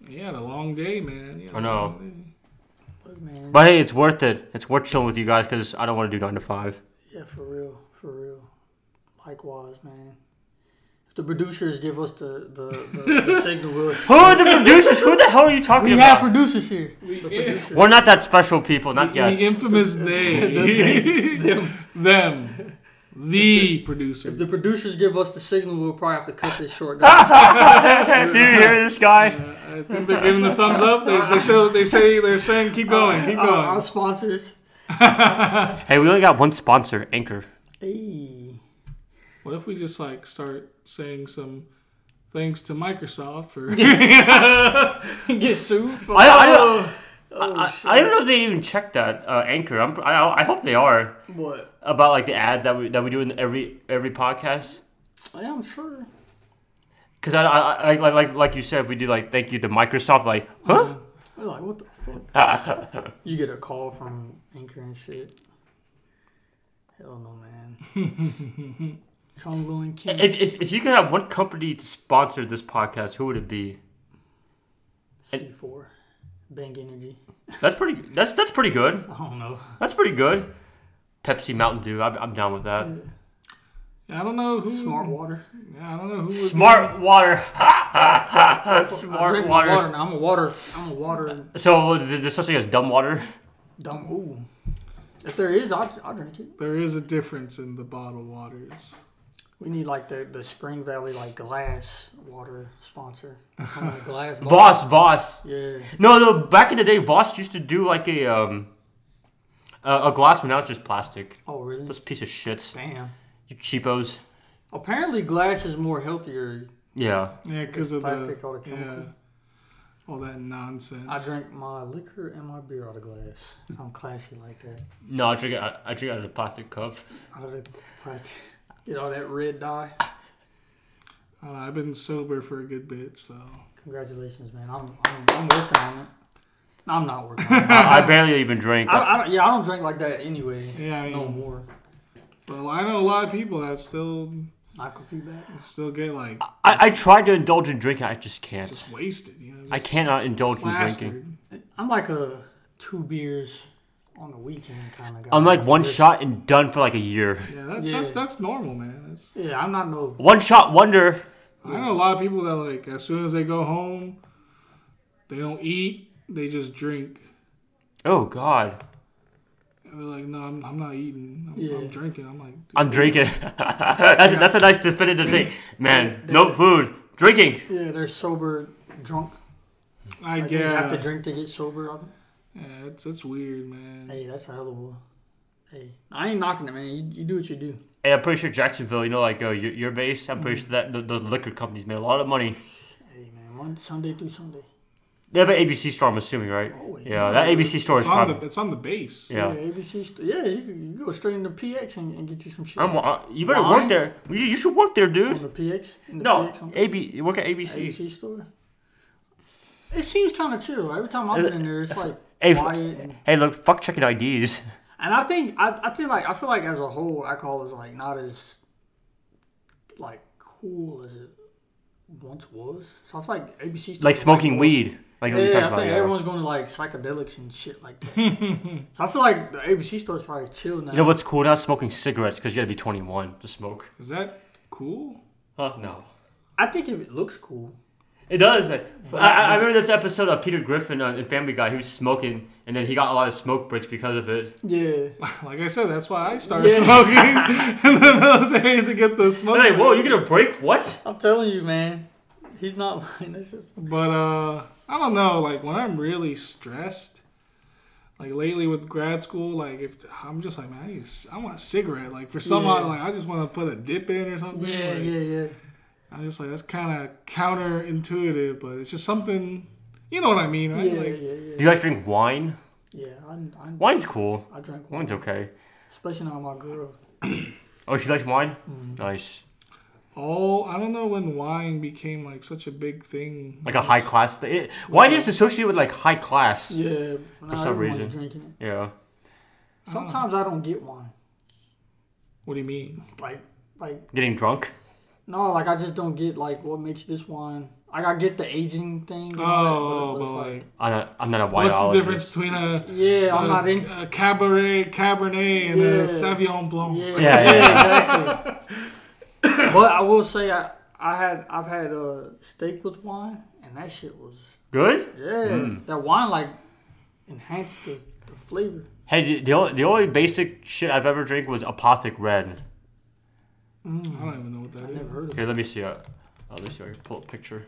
Speaker 3: Yeah, a long day, man. Yeah,
Speaker 2: I know.
Speaker 1: Look, man.
Speaker 2: But hey, it's worth it. It's worth chilling with you guys because I don't want to do nine to five.
Speaker 1: Yeah, for real, for real. Likewise, man. If the producers give us the the, the, the signal, we'll.
Speaker 2: (laughs) Who are the producers? Who the hell are you talking
Speaker 1: We have
Speaker 2: about?
Speaker 1: producers here. (laughs)
Speaker 3: We-
Speaker 1: The producers.
Speaker 2: We're not that special, people. Not
Speaker 3: The
Speaker 2: yet.
Speaker 3: infamous
Speaker 1: (laughs)
Speaker 3: they. Them. The
Speaker 1: If
Speaker 3: producers.
Speaker 1: the producers give us the signal, we'll probably have to cut this short, guys.
Speaker 2: (laughs) do you hear this guy?
Speaker 3: Yeah, Uh, I think they're giving the thumbs up. They, they, so they say they're saying keep going, keep
Speaker 1: Our, uh, our
Speaker 3: going.
Speaker 1: sponsors.
Speaker 2: Hey, we only got one sponsor, Anchor.
Speaker 1: Hey.
Speaker 3: What if we just like start saying some thanks to Microsoft for
Speaker 1: Get sued. For
Speaker 2: I, I, don't,
Speaker 1: oh,
Speaker 2: I,
Speaker 1: shit.
Speaker 2: I don't know if they even checked that uh, Anchor. I'm, I, I hope they are
Speaker 1: What?
Speaker 2: about like the ads that we that we do in every every podcast.
Speaker 1: Oh, Yeah, I'm sure.
Speaker 2: Because I, I, I like like like you said, we do like thank you to Microsoft. Like, huh?
Speaker 1: They're like, what the fuck? you get a call from Anchor and shit. Hell no, man. Sean Lewin King.
Speaker 2: If, if, if you could have one company to sponsor this podcast, who would it be?
Speaker 1: C4. Bank Energy.
Speaker 2: That's pretty. That's that's pretty good.
Speaker 1: I don't know.
Speaker 2: That's pretty good. Pepsi Mountain Dew. I'm, I'm down with that.
Speaker 3: Yeah, (laughs) I don't know who
Speaker 1: Smart water.
Speaker 3: Yeah, I don't know who would be-
Speaker 2: Smart water. (laughs)
Speaker 1: I
Speaker 2: Smart
Speaker 1: drink
Speaker 2: water.
Speaker 1: water now. I'm a water. I'm a water
Speaker 2: So th- there's such thing as dumb water.
Speaker 1: dumb. Ooh. If there is, I'll, I'll drink it.
Speaker 3: There is a difference in the bottled waters.
Speaker 1: We need like the, the Spring Valley like glass water
Speaker 2: (laughs)
Speaker 1: sponsor. Kind of like glass bottle.
Speaker 2: Voss, Voss.
Speaker 1: Yeah.
Speaker 2: No, no. Back in the day, Voss used to do like a um a, a glass, but now it's just plastic.
Speaker 1: Oh really?
Speaker 2: Those piece of shits.
Speaker 1: Damn.
Speaker 2: You cheapos.
Speaker 1: Apparently glass is more healthier.
Speaker 2: Yeah.
Speaker 3: Yeah, because of
Speaker 1: Plastic,
Speaker 3: the
Speaker 1: all the chemicals.
Speaker 3: yeah, all that nonsense.
Speaker 1: I drink my liquor and my beer out of glass. I'm classy like that.
Speaker 2: No, I drink it. I, I drink it out of a plastic cup.
Speaker 1: Out of that plastic. Get all that red dye.
Speaker 3: I don't know, Uh, I've been sober for a good bit, so
Speaker 1: Congratulations, man. I'm, I'm, I'm working on it. No, I'm not working on
Speaker 2: (laughs)
Speaker 1: it.
Speaker 2: I, I barely even drink.
Speaker 1: I, I, don't- yeah, I don't drink like that anyway.
Speaker 3: yeah. I mean,
Speaker 1: No more.
Speaker 3: well, I know a lot of people that still
Speaker 1: Michael feedback.
Speaker 3: still get like
Speaker 2: I, I tried to indulge in drinking. I just can't.
Speaker 3: just wasted. You know,
Speaker 2: I
Speaker 3: just
Speaker 2: cannot indulge in drinking.
Speaker 3: plastered.
Speaker 1: I'm like a two beers on the weekend kind of guy.
Speaker 2: I'm like one
Speaker 1: Just-
Speaker 2: shot and done for like a year.
Speaker 3: Yeah, that's,
Speaker 1: Yeah.
Speaker 3: that's that's normal, man. That's,
Speaker 1: Yeah, I'm not no.
Speaker 2: One shot wonder.
Speaker 3: I know a lot of people that like as soon as they go home, they don't eat, they just drink.
Speaker 2: Oh God,
Speaker 3: And they're like, no, I'm, I'm not eating. I'm,
Speaker 1: Yeah.
Speaker 3: I'm drinking. I'm like,
Speaker 2: I'm drinking. (laughs) that's, that's a nice definitive thing, man. No food, drinking.
Speaker 1: Yeah, they're sober, drunk.
Speaker 3: I
Speaker 1: Like,
Speaker 3: guess.
Speaker 1: You have to drink to get sober. I'm-
Speaker 3: Yeah, it's, it's weird, man.
Speaker 1: Hey, that's a hell of a. Hey, I ain't knocking it, man. You, you do what you do.
Speaker 2: Hey, I'm pretty sure Jacksonville, you know, like uh, your, your base. I'm
Speaker 1: Mm-hmm.
Speaker 2: pretty sure that the, the liquor companies made a lot of money.
Speaker 1: Hey, man. One Sunday through Sunday.
Speaker 2: They have an ABC store, I'm assuming, right?
Speaker 1: Oh,
Speaker 2: Yeah, that ABC store is
Speaker 3: It's on
Speaker 2: probably.
Speaker 3: the it's on the base.
Speaker 2: Yeah.
Speaker 1: ABC. St- yeah, you, can- you go straight into PX and, and get you some shit.
Speaker 2: I'm, uh, you better
Speaker 1: Why?
Speaker 2: work there. You, you should work there,
Speaker 1: on
Speaker 2: dude.
Speaker 1: the PX. In the
Speaker 2: No,
Speaker 1: PX on
Speaker 2: AB, you work at ABC.
Speaker 1: ABC store. It seems kind of chill. Every time I've
Speaker 2: Is
Speaker 1: been
Speaker 2: it-
Speaker 1: in there, it's like
Speaker 2: Hey, f-
Speaker 1: quiet and
Speaker 2: hey, look, fuck checking IDs.
Speaker 1: And I think I, I think like I feel like as a whole, alcohol is like not as like cool as it once was. So I feel like ABC
Speaker 2: (laughs) Like
Speaker 1: stuff-
Speaker 2: smoking weed. Like
Speaker 1: Yeah,
Speaker 2: what we talked
Speaker 1: I
Speaker 2: about.
Speaker 1: think
Speaker 2: yeah.
Speaker 1: everyone's going to like psychedelics and shit like that.
Speaker 2: (laughs)
Speaker 1: so I feel like the ABC store is probably chill now.
Speaker 2: You know what's cool now? Smoking cigarettes because you gotta be 21 to smoke.
Speaker 3: Is that cool? (laughs)
Speaker 2: Huh? No.
Speaker 1: I think if it looks cool,
Speaker 2: It does. like, I, I I remember this episode of Peter Griffin uh, in Family Guy. He was smoking, and then he got a lot of smoke breaks because of it.
Speaker 1: (laughs) yeah,
Speaker 3: Like I said, that's why I started
Speaker 1: Yeah.
Speaker 3: smoking (laughs) in the military to get
Speaker 2: (laughs)
Speaker 3: the smoke.
Speaker 2: Like, whoa, you're gonna break what?
Speaker 1: I'm telling you, man, he's not (laughs) lying. This is
Speaker 3: But uh, I don't know. Like when I'm really stressed, like lately with grad school, like if I'm just like, man, I, need a c- I want a cigarette. Like for some,
Speaker 1: Yeah.
Speaker 3: odd- like I just want to put a dip in or something.
Speaker 1: yeah,
Speaker 3: like,
Speaker 1: yeah, yeah.
Speaker 3: I'm just like that's kind of counterintuitive, but it's just something. You know what I mean,
Speaker 1: Yeah,
Speaker 3: right?
Speaker 1: yeah,
Speaker 3: like,
Speaker 1: yeah,
Speaker 2: Do
Speaker 1: yeah.
Speaker 2: you guys drink wine?
Speaker 1: Yeah, I,
Speaker 2: Wine's cool.
Speaker 1: I, I drank one,
Speaker 2: Wine's okay.
Speaker 1: especially now my girl.
Speaker 2: Oh, she likes wine.
Speaker 3: Mm.
Speaker 2: Nice.
Speaker 3: all I don't know when wine became like such a big thing.
Speaker 2: Like a high class thing. It- Wine is associated with like high class. Yeah.
Speaker 1: Yeah, now
Speaker 2: some
Speaker 1: everyone's
Speaker 2: reason.
Speaker 1: drinking it.
Speaker 2: Yeah.
Speaker 1: Sometimes I don't get wine.
Speaker 3: What do you mean?
Speaker 1: Like, like
Speaker 2: Getting drunk.
Speaker 1: no, like I just don't get like what makes this wine Like I get the aging thing. and all
Speaker 3: Oh,
Speaker 1: that,
Speaker 3: but
Speaker 1: it's
Speaker 3: like,
Speaker 2: I'm not, I'm not a
Speaker 3: what's the
Speaker 2: wineologist.
Speaker 3: difference between a,
Speaker 1: yeah, I'm
Speaker 3: a-
Speaker 1: not in.
Speaker 3: a Cabaret, Cabernet, and
Speaker 1: Yeah.
Speaker 3: a Savion Blanc?
Speaker 1: Yeah,
Speaker 2: Yeah, yeah,
Speaker 3: (laughs)
Speaker 1: exactly. but I will say I, I had I've had uh, steak with wine, and that shit was
Speaker 2: Good.
Speaker 1: yeah.
Speaker 2: Mm.
Speaker 1: That wine like enhanced the, the flavor.
Speaker 2: Hey, the- the only, the only basic shit I've ever drank was apothic red.
Speaker 3: I don't even know what
Speaker 1: I
Speaker 3: that
Speaker 1: never
Speaker 3: is.
Speaker 1: heard of.
Speaker 2: Here, let me see. Uh, oh, let me see. if I can pull a picture.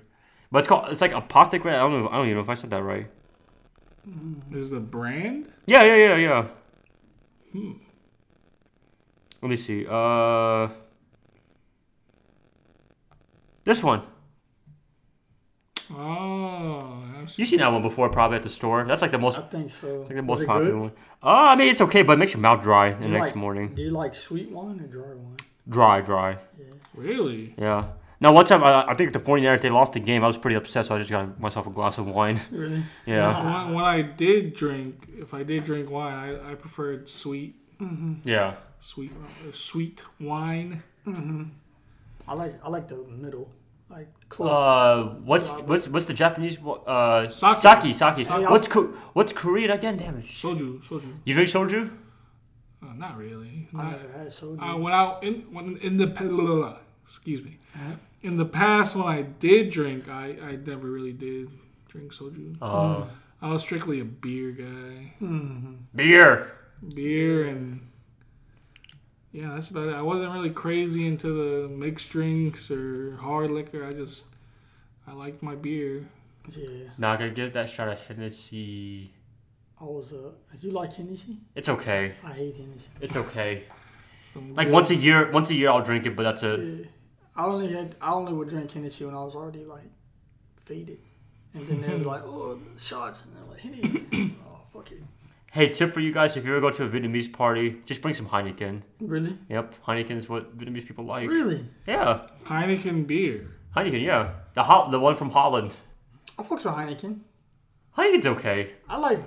Speaker 2: But it's called. It's like apothic red. I don't know. I don't even know if I said that right.
Speaker 3: Is the brand?
Speaker 2: Yeah, yeah, yeah, yeah. Hmm. Let me see. Uh, this one.
Speaker 3: Oh, absolutely.
Speaker 2: You've seen that one before, probably at the store. That's like the most,
Speaker 1: I
Speaker 2: like
Speaker 1: think so. Was
Speaker 2: the most
Speaker 1: Uh, it
Speaker 2: popular
Speaker 1: good?
Speaker 2: one. Uh, I mean, it's okay, but it makes your mouth dry the
Speaker 1: You
Speaker 2: next
Speaker 1: like-
Speaker 2: morning.
Speaker 1: Do you like sweet wine or dry wine?
Speaker 2: Dry, dry.
Speaker 3: Really?
Speaker 2: Yeah. Now, one time, uh, I, I think the 49ers, they lost the game. I was pretty upset, so I just got myself a glass of wine. (laughs)
Speaker 1: Really?
Speaker 2: yeah.
Speaker 3: When, when I did drink, if I did drink wine, I, I preferred sweet,
Speaker 2: Yeah.
Speaker 3: sweet, uh, sweet wine.
Speaker 1: I like I like the middle, like close.
Speaker 2: Uh, what's what's what's the Japanese wa- uh
Speaker 3: Sake.
Speaker 2: sake sake?
Speaker 1: Sake.
Speaker 2: What's Ko- what's Korean again? Damn it!
Speaker 3: Soju, soju.
Speaker 2: You drink soju?
Speaker 3: Uh, not really.
Speaker 1: I
Speaker 3: Not,
Speaker 1: never had soda.
Speaker 3: I went out in when in the pa- blah, blah, blah. excuse me. In the past, when I did drink, I I never really did drink soju.
Speaker 2: Uh,
Speaker 3: I was strictly a beer guy,
Speaker 2: beer.
Speaker 3: beer and yeah, that's about it. I wasn't really crazy into the mixed drinks or hard liquor. I just I liked my beer.
Speaker 1: yeah,
Speaker 2: Not gonna get that shot of Hennessy.
Speaker 1: I was. Uh, you like Hennessy?
Speaker 2: It's okay.
Speaker 1: I hate Hennessy.
Speaker 2: It's okay.
Speaker 3: Some
Speaker 2: Like
Speaker 3: good-
Speaker 2: once a year, once a year I'll drink it, but that's it.
Speaker 1: Yeah. I only had I only would drink Hennessy when I was already like faded, and then they were like, "Oh, shots," and they're like, "Hennessy." (coughs) oh, fuck it.
Speaker 2: Hey, tip for you guys: if you ever go to a Vietnamese party, just bring some Heineken.
Speaker 1: Really?
Speaker 2: Yep, Heineken is what Vietnamese people like.
Speaker 1: Really?
Speaker 2: Yeah,
Speaker 3: Heineken beer.
Speaker 2: Heineken. Yeah, the hot, the one from Holland.
Speaker 1: I fucks with Heineken.
Speaker 2: Heineken's okay.
Speaker 1: I like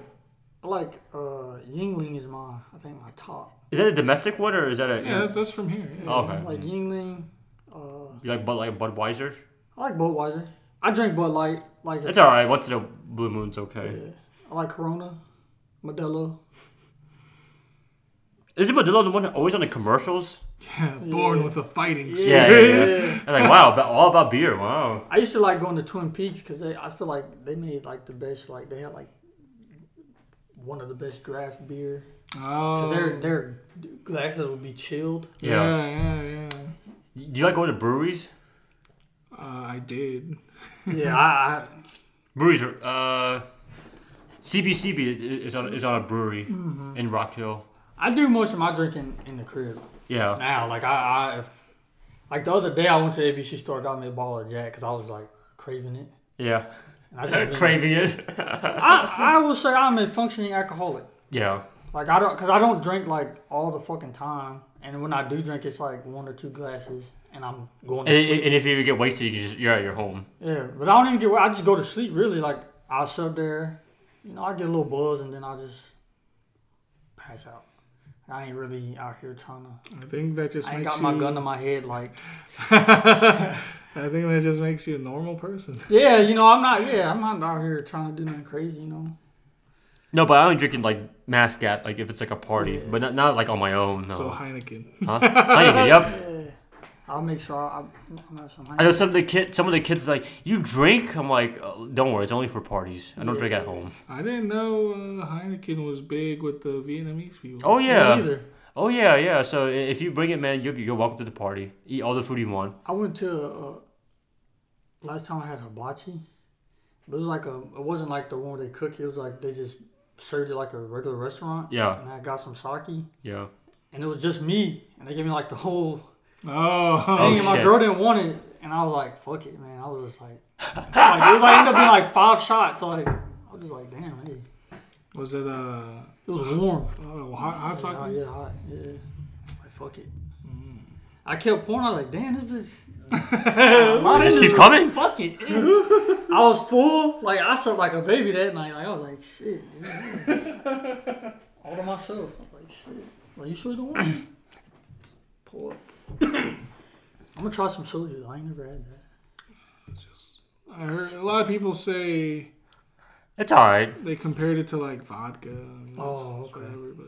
Speaker 1: I like uh Yingling is my I think my top.
Speaker 2: Is that a domestic one or is that a?
Speaker 3: Yeah, that's, that's from here. yeah.
Speaker 2: Oh. Okay.
Speaker 1: I like Yingling. Uh,
Speaker 2: You like Bud Light, Budweiser?
Speaker 1: I like Budweiser. I drink Bud Light. Like
Speaker 2: It's all right. Once in a blue moon's okay.
Speaker 1: I like Corona, Modelo.
Speaker 2: Isn't Modelo the one always on the commercials?
Speaker 3: (laughs) Yeah, born with a fighting. spirit.
Speaker 2: Yeah, yeah, yeah. And like, wow, about, all about beer. Wow.
Speaker 1: I used to like going to Twin Peaks because they. I feel like they made like the best. Like they had like one of the best draft beer.
Speaker 3: Oh.
Speaker 1: Their their Um, glasses would be chilled.
Speaker 2: Yeah.
Speaker 3: Yeah, yeah, yeah.
Speaker 2: Do you like going to breweries?
Speaker 3: Uh, I did.
Speaker 1: Yeah, I,
Speaker 2: Breweries are. Uh, CBCB is on is on a brewery in Rock Hill.
Speaker 1: I I do most of my drinking in the crib
Speaker 2: Yeah.
Speaker 1: now. Like I, I if, like the other day I went to the ABC store got me a bottle of Jack because I was like craving it.
Speaker 2: Yeah.
Speaker 1: And I
Speaker 2: (laughs)
Speaker 1: just been-
Speaker 2: Craving it.
Speaker 1: I I will say I'm a functioning alcoholic.
Speaker 2: Yeah.
Speaker 1: Like I don't, cause I don't drink like all the fucking time, and when I do drink, it's like one or two glasses, and I'm going to
Speaker 2: And,
Speaker 1: sleep.
Speaker 2: and if you get wasted, you just, you're at your home.
Speaker 1: yeah, but I don't even get. I just go to sleep. Really, like I sit up there, you know, I get a little buzz, and then I just pass out. I ain't really out here trying to.
Speaker 3: I think that just
Speaker 1: I ain't
Speaker 3: makes
Speaker 1: got my
Speaker 3: you.
Speaker 1: gun to my head, like
Speaker 3: (laughs) I think that just makes you a normal person.
Speaker 1: yeah, you know, I'm not. Yeah, I'm not out here trying to do nothing crazy, you know.
Speaker 2: No, but I only drink it like mascat, like if it's like a party, but not, not like on my own. No.
Speaker 3: So Heineken.
Speaker 1: (laughs)
Speaker 2: huh? Heineken, yep.
Speaker 1: Yeah, I'll make sure I, I'm have some.
Speaker 2: I know some of the kid, some of the kids like you drink. I'm like, "Oh, don't worry, it's only for parties. I don't drink at home.
Speaker 3: I didn't know uh, Heineken was big with the Vietnamese people.
Speaker 2: Oh
Speaker 1: Me
Speaker 2: yeah,
Speaker 1: neither.
Speaker 2: oh yeah, yeah. So i- if you bring it, man, you're, you're welcome to the party. Eat all the food you want.
Speaker 1: I went to uh, last time I had hibachi, but it was like a it wasn't like the one where they cook. It was like they just served it like a regular restaurant.
Speaker 2: Yeah.
Speaker 1: And I got some sake,
Speaker 2: Yeah.
Speaker 1: and it was just me, and they gave me like the whole
Speaker 3: Oh. (laughs)
Speaker 1: thing,
Speaker 2: (laughs) Oh,
Speaker 1: and my
Speaker 2: shit.
Speaker 1: girl didn't want it, and I was like, "Fuck it, man!" I was just like, like it was like ended up being like five shots. Like I was just like, "Damn, hey."
Speaker 3: Was it uh,
Speaker 1: It was warm.
Speaker 3: oh, hot, hot
Speaker 1: Yeah,
Speaker 3: sake?
Speaker 1: yeah, hot. Yeah. Like fuck it.
Speaker 3: Mm-hmm.
Speaker 1: I kept pouring. I was like, "Damn, this is."
Speaker 2: It
Speaker 1: (laughs)
Speaker 2: just keeps coming.
Speaker 1: Fuck it. dude. I was full. Like I slept like a baby that night. Like I was like, shit. dude. (laughs) All to myself. I was like, shit. Like you sure you don't want (clears throat) it? (clears throat) Pour. I'm gonna try some soju. though. I ain't never had that.
Speaker 3: I I heard a lot of people say
Speaker 2: It's all right.
Speaker 3: they compared it to like vodka. you know,
Speaker 1: Oh,
Speaker 3: it's
Speaker 1: okay.
Speaker 3: Whatever, but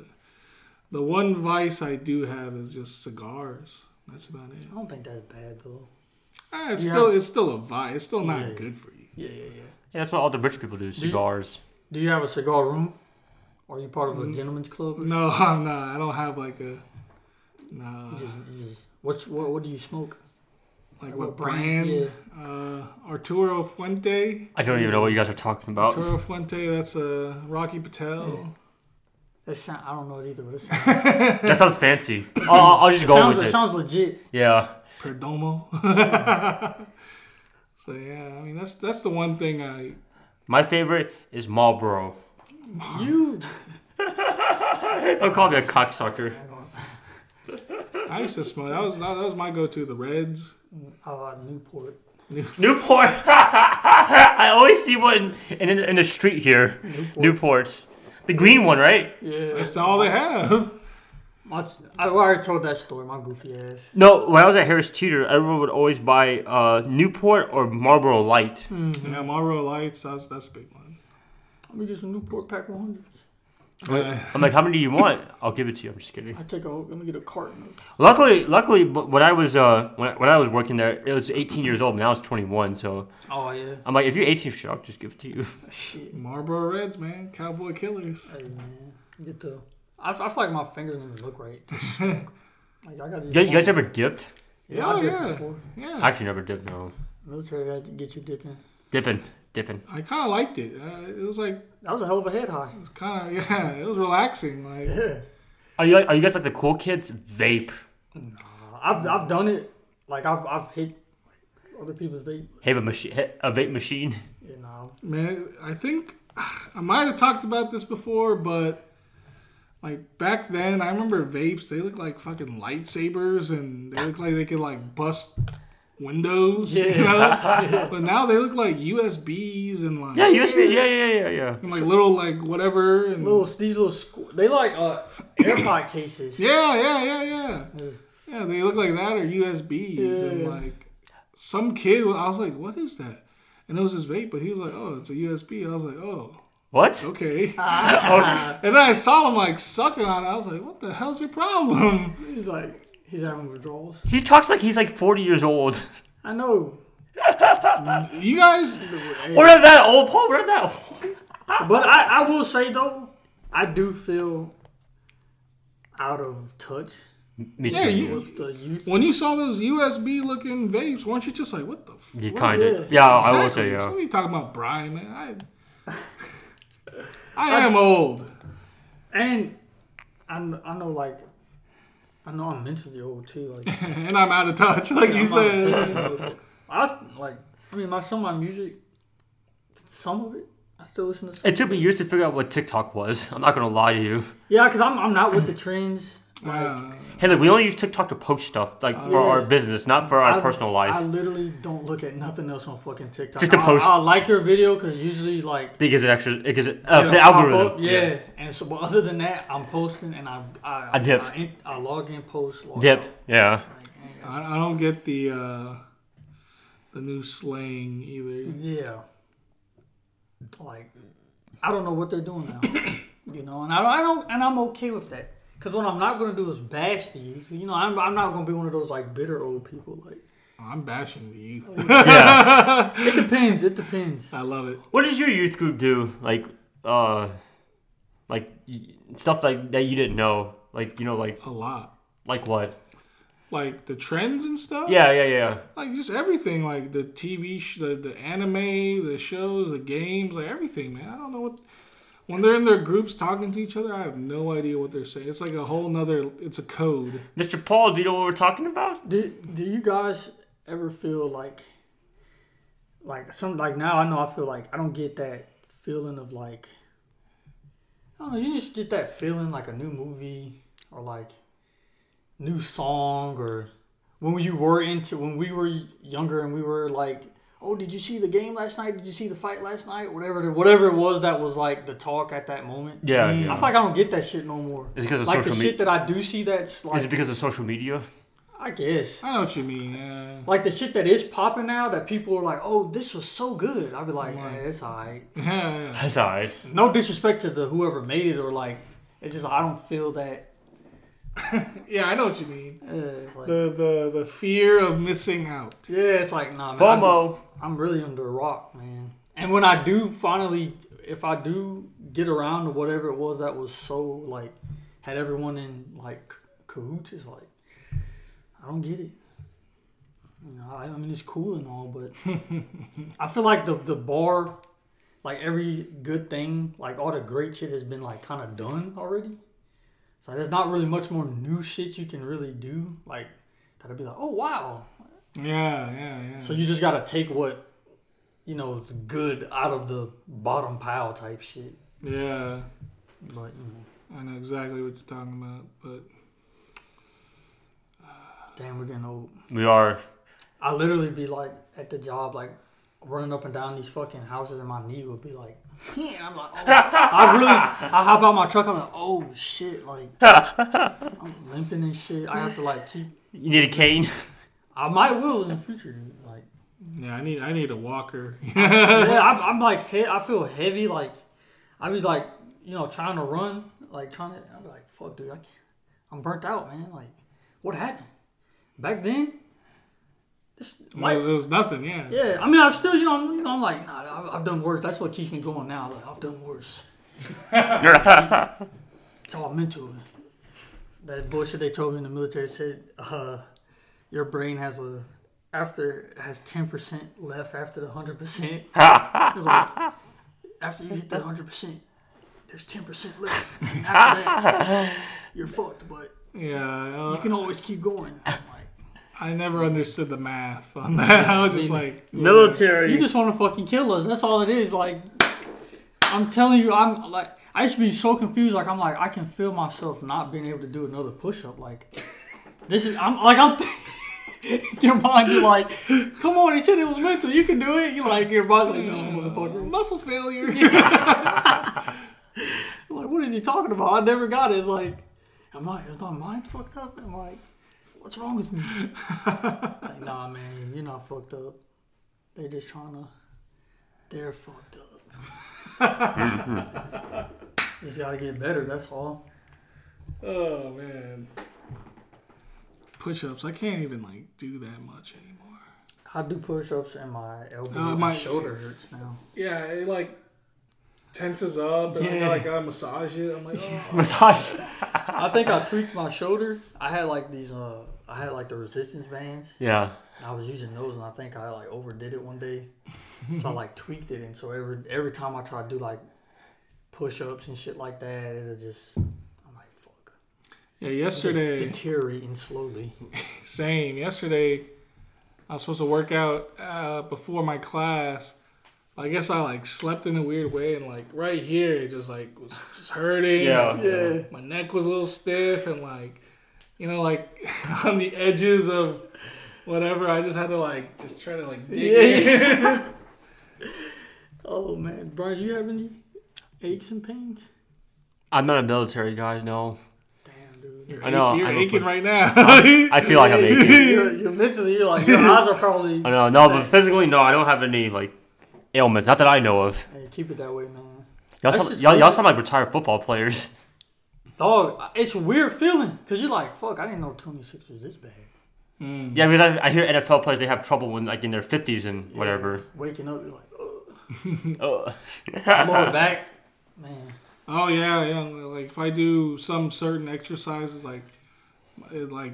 Speaker 3: the one vice I do have is just cigars. That's about it.
Speaker 1: I don't think that's bad though.
Speaker 3: Ah, it's
Speaker 1: Yeah.
Speaker 3: still it's still a vice. It's still not
Speaker 1: Yeah.
Speaker 3: good for you.
Speaker 1: Yeah, yeah, yeah.
Speaker 2: Yeah, that's what all the rich people do. Cigars.
Speaker 1: Do you have a cigar room? Are you part of a gentleman's club? or something?
Speaker 3: No, (laughs) I'm not. I don't have like a nah.
Speaker 1: You just, you just, what's what? What do you smoke?
Speaker 3: like
Speaker 1: Like
Speaker 3: what
Speaker 1: what
Speaker 3: brand?
Speaker 1: brand?
Speaker 3: Uh, Arturo Fuente.
Speaker 2: I don't even know what you guys are talking about.
Speaker 3: Arturo Fuente. That's uh, Rocky Patel.
Speaker 1: That sound, I don't know it either. But it sounds,
Speaker 2: that sounds fancy. I'll, I'll I'll just
Speaker 1: it
Speaker 2: go
Speaker 1: sounds,
Speaker 2: with
Speaker 1: it
Speaker 2: it.
Speaker 1: sounds legit.
Speaker 2: yeah.
Speaker 3: Perdomo. (laughs) so yeah, I mean that's that's the one thing I
Speaker 2: My favorite is Marlboro.
Speaker 1: (laughs) You
Speaker 2: Don't call me a cocksucker.
Speaker 3: I used to smoke. That was that was my go-to. The Reds.
Speaker 1: uh, Newport,
Speaker 2: Newport. I always see one in, in, in the street here. Newports. The green one, right?
Speaker 1: yeah.
Speaker 3: That's all they have.
Speaker 1: My, I already told that story. My goofy ass.
Speaker 2: No, when I was at Harris Teeter, everyone would always buy uh, Newport or Marlboro Light.
Speaker 3: Yeah, Marlboro Lights. That's that's a big one.
Speaker 1: Let me get some Newport Pack 100.
Speaker 3: Uh,
Speaker 2: I'm like, how many do you want? I'll give it to you. I'm just kidding.
Speaker 1: I take a. Let me get a carton. Of,
Speaker 2: Luckily, luckily, but when I was uh, when, I- when I was working there, it was 18 years old. Now I was 21, so
Speaker 1: oh yeah.
Speaker 2: I'm like, if you're 18, sure, I'll just give it to you.
Speaker 1: Shit.
Speaker 3: Marlboro Reds, man. Cowboy Killers.
Speaker 1: Hey man, get the. I, I feel like my fingers don't even look right. to smoke. like I got these.
Speaker 2: You guys, you guys
Speaker 1: long-
Speaker 2: ever dipped?
Speaker 1: Yeah,
Speaker 3: Oh,
Speaker 1: I did
Speaker 3: yeah.
Speaker 1: before.
Speaker 2: I
Speaker 3: Yeah,
Speaker 2: actually never dipped. No,
Speaker 1: Military had to get you dipping.
Speaker 2: dipping, dipping.
Speaker 3: I, kind of liked it. Uh, it was like it
Speaker 1: That was a hell of a head high.
Speaker 3: was kind of (laughs) yeah. It was relaxing. Like
Speaker 1: Yeah.
Speaker 2: Are you like, are you guys like the cool kids? Vape.
Speaker 1: I've I've done it. Like I've I've hit like, other people's vape.
Speaker 2: Have a machine, a vape machine.
Speaker 1: You know,
Speaker 3: man, I think I might have talked about this before, but. Like back then, I remember vapes. They looked like fucking lightsabers, and they looked like they could like bust windows. Yeah. You
Speaker 1: (laughs)
Speaker 3: know? but now they look like USBs and like
Speaker 2: Yeah, USB. Yeah, yeah, yeah, yeah.
Speaker 3: and like little like whatever and
Speaker 1: little these little squ- they like
Speaker 3: (coughs)
Speaker 1: uh AirPod cases.
Speaker 3: yeah yeah yeah yeah
Speaker 1: Yeah.
Speaker 3: yeah they look like that or USBs and
Speaker 1: Yeah.
Speaker 3: like some kid I was like what is that and it was his vape but he was like oh it's a USB I was like oh
Speaker 2: What? Oh,
Speaker 3: okay and then I saw him like sucking on it I was like what the hell's your problem
Speaker 1: He's like he's having withdrawals.
Speaker 2: He talks like he's like 40 years old.
Speaker 1: I know,
Speaker 3: you guys
Speaker 2: We're not that old, Paul. We're not that old.
Speaker 1: but I I will say though, I do feel out of touch
Speaker 2: Me too.
Speaker 3: yeah you
Speaker 1: with the youth.
Speaker 3: when you saw those USB looking vapes weren't you just like what the f-
Speaker 2: You
Speaker 3: what
Speaker 2: kind
Speaker 1: yeah.
Speaker 2: of. Yeah, I will say
Speaker 3: Exactly.
Speaker 2: yeah.
Speaker 3: So you talking about Brian, man. I, I am old.
Speaker 1: And I, kn- I know like I know I'm mentally old too.
Speaker 3: (laughs)
Speaker 1: Like
Speaker 3: And I'm out of touch, like you
Speaker 1: I'm not
Speaker 3: said.
Speaker 1: taking it. I was, like I mean my some of my music, some of it I still listen to. Some
Speaker 2: It took me years to figure out what TikTok was. I'm not gonna lie to you.
Speaker 1: Yeah, because I'm, I'm not with the trends. Like,
Speaker 3: Uh,
Speaker 2: Hey, look, we only use TikTok to post stuff, like for
Speaker 1: Oh, Yeah.
Speaker 2: our business, not for our
Speaker 1: I-
Speaker 2: personal
Speaker 1: I
Speaker 2: life.
Speaker 1: literally don't look at nothing else on fucking TikTok.
Speaker 2: Just to
Speaker 1: I'll-
Speaker 2: post.
Speaker 1: I'll, like your video because usually like
Speaker 2: Think is it extra? It gives it uh,
Speaker 1: it'll
Speaker 2: the
Speaker 1: pop
Speaker 2: algorithm.
Speaker 1: up. Yeah. and so but other than that, I'm posting and I I,
Speaker 2: I dip.
Speaker 1: I, in- I log in, post, log
Speaker 2: Dip.
Speaker 1: out. (laughs)
Speaker 2: Yeah.
Speaker 3: I, I don't get the uh, the new slang either.
Speaker 1: Yeah, like I don't know what they're doing
Speaker 2: (coughs)
Speaker 1: now, you know, and I don't, I don't and I'm okay with that because what I'm not gonna do is bash the youth. You know, I'm I'm not gonna be one of those like bitter old people. Like
Speaker 3: I'm bashing the youth.
Speaker 2: Yeah.
Speaker 1: it depends, it depends.
Speaker 3: I love it.
Speaker 2: what does your youth group do? Like, uh, like y- stuff like that you didn't know. Like you know, like
Speaker 3: A lot.
Speaker 2: like what?
Speaker 3: Like the trends and stuff.
Speaker 2: Yeah, yeah, yeah.
Speaker 3: Like just everything. Like the TV, sh- the, the anime, the shows, the games, like everything, man. I don't know what. When they're in their groups talking to each other, I have no idea what they're saying. It's like a whole nother. It's a code.
Speaker 2: Mr. Paul, do you know what we're talking about?
Speaker 1: Do do you guys ever feel like like some like now I know I feel like I don't get that feeling of like I don't know, you just get that feeling like a new movie or like new song or when you were into when we were younger and we were like Oh, did you see the game last night? Did you see the fight last night? Whatever, the, whatever it was that was like the talk at that moment.
Speaker 2: Yeah,
Speaker 1: Mm. I
Speaker 2: yeah.
Speaker 1: feel like I don't get that shit no more.
Speaker 2: It's because of
Speaker 1: like
Speaker 2: social
Speaker 1: the
Speaker 2: me-
Speaker 1: shit that I do see that's like
Speaker 2: Is it because of social media?
Speaker 1: I guess.
Speaker 3: I know what you mean. Yeah. (laughs)
Speaker 1: Like the shit that is popping now that people are like, oh, this was so good. I'd be like,
Speaker 3: Right.
Speaker 1: eh, it's alright.
Speaker 3: yeah, yeah.
Speaker 2: That's all right.
Speaker 1: No disrespect to the whoever made it or like, it's just I don't feel that.
Speaker 3: Yeah, I know what you mean.
Speaker 1: Uh, it's like,
Speaker 3: The the the fear of missing out.
Speaker 1: yeah, it's like nah. man, I'm-
Speaker 2: FOMO.
Speaker 1: I'm really under a rock, man. And when I do finally, if I do get around to whatever it was that was so like, had everyone in like c- cahoots, it's like, I don't get it. You know, I, I mean, it's cool and all, but I feel like the the bar, like every good thing, like all the great shit has been like kind of done already. So there's not really much more new shit you can really do. Like that'd be like, oh wow,
Speaker 3: Yeah, yeah, yeah.
Speaker 1: so you just gotta take what you know is good out of the bottom pile type shit.
Speaker 3: yeah,
Speaker 1: But you know,
Speaker 3: I know exactly what you're talking about. But
Speaker 1: damn, we're getting old.
Speaker 2: We are.
Speaker 1: I literally be like at the job, like running up and down these fucking houses, and my knee would be like, (laughs) "Yeah," I'm like, oh. I really, I hop out my truck, I'm like, oh shit, like I'm limping and shit. I have to like keep.
Speaker 2: You need
Speaker 1: (laughs)
Speaker 2: a cane.
Speaker 1: I might will in the future, dude. like.
Speaker 3: yeah, I need I need a walker. (laughs)
Speaker 1: yeah, I'm, I'm like, he- I feel heavy. Like, I be like, you know, trying to run, like trying to. I'm like, fuck, dude, I can't, I'm burnt out, man. Like, what happened back then? This,
Speaker 3: It was,
Speaker 1: like,
Speaker 3: it was nothing. Yeah.
Speaker 1: yeah, I mean, I'm still, you know, I'm, you know, I'm like, nah, I've, I've done worse. That's what keeps me going now. Like, I've done worse. it's all mental. That bullshit they told me in the military said, uh, your brain has a after has ten percent left after the hundred percent. It's like after you hit the hundred percent, there's ten percent left. And after that, you're fucked. But
Speaker 3: Yeah,
Speaker 1: you
Speaker 3: uh,
Speaker 1: can always keep going. Like,
Speaker 3: I never understood the math on that. (laughs) I was just like,
Speaker 1: you
Speaker 2: Military.
Speaker 1: just want to fucking kill us. That's all it is. Like I'm telling you, I'm like I used to be so confused. Like I'm like I can feel myself not being able to do another push up. Like this is I'm like I'm. (laughs) your mind, you're like, come on, he said it was mental. You can do it. You like your body's like, no, motherfucker.
Speaker 3: muscle (laughs) failure.
Speaker 1: like, what is he talking about? I never got it. It's like, am I, is my mind fucked up? Am I, what's wrong with me? like, nah, man, you're not fucked up. They're just trying to, they're fucked up. just gotta get better, that's all.
Speaker 3: Oh man. Push-ups. I can't even like do that much anymore.
Speaker 1: I do push ups and my elbow, and
Speaker 3: Uh, my-
Speaker 1: my shoulder hurts
Speaker 3: (laughs)
Speaker 1: now.
Speaker 3: Yeah, it like tenses up. And
Speaker 1: Yeah.
Speaker 3: I gotta massage it. I'm like, (laughs) oh.
Speaker 2: Massage.
Speaker 1: I think I tweaked my shoulder. I had like these, uh, I had like the resistance bands.
Speaker 2: Yeah.
Speaker 1: And I was using those, and I think I like overdid it one day, so I like tweaked it, and so every every time I try to do like push ups and shit like that, it'll just I'm like fuck,
Speaker 3: yeah.
Speaker 1: It's
Speaker 3: Yesterday,
Speaker 1: deteriorating slowly.
Speaker 3: same. Yesterday, I was supposed to work out uh, before my class. I guess I like slept in a weird way, and like right here, it just like was just hurting.
Speaker 2: Yeah.
Speaker 1: Yeah.
Speaker 3: my neck was a little stiff and like you know like (laughs) on the edges of whatever i just had to like just try to like dig in.
Speaker 1: Oh man, Brian, you have any aches and pains?
Speaker 2: I'm not a military guy. No.
Speaker 1: Damn, dude.
Speaker 3: you're,
Speaker 2: I know,
Speaker 3: aching-
Speaker 2: I
Speaker 3: you're
Speaker 2: know
Speaker 3: aching
Speaker 2: for-
Speaker 3: right (laughs) now
Speaker 2: I feel like
Speaker 1: (laughs)
Speaker 2: I'm aching.
Speaker 1: You're, you're mentally, you're (laughs) like your eyes are probably.
Speaker 2: I know. No, but physically, no. I don't have any like ailments. Not that I know of.
Speaker 1: Hey, keep it that way, man.
Speaker 2: Y'all
Speaker 1: That's
Speaker 2: sound,
Speaker 1: just
Speaker 2: y'all, y'all
Speaker 1: weird. Mm.
Speaker 2: sound like retired football players.
Speaker 1: Dog, it's a weird feeling because you're like, fuck, I didn't know 26 was this bad.
Speaker 2: Yeah, because I, I hear NFL players they have trouble when like in their 50s and
Speaker 1: Yeah,
Speaker 2: whatever.
Speaker 1: Waking up, you're like,
Speaker 2: (laughs)
Speaker 1: oh,
Speaker 2: Ugh.
Speaker 1: lower back, man.
Speaker 3: oh yeah yeah like if i do some certain exercises like it like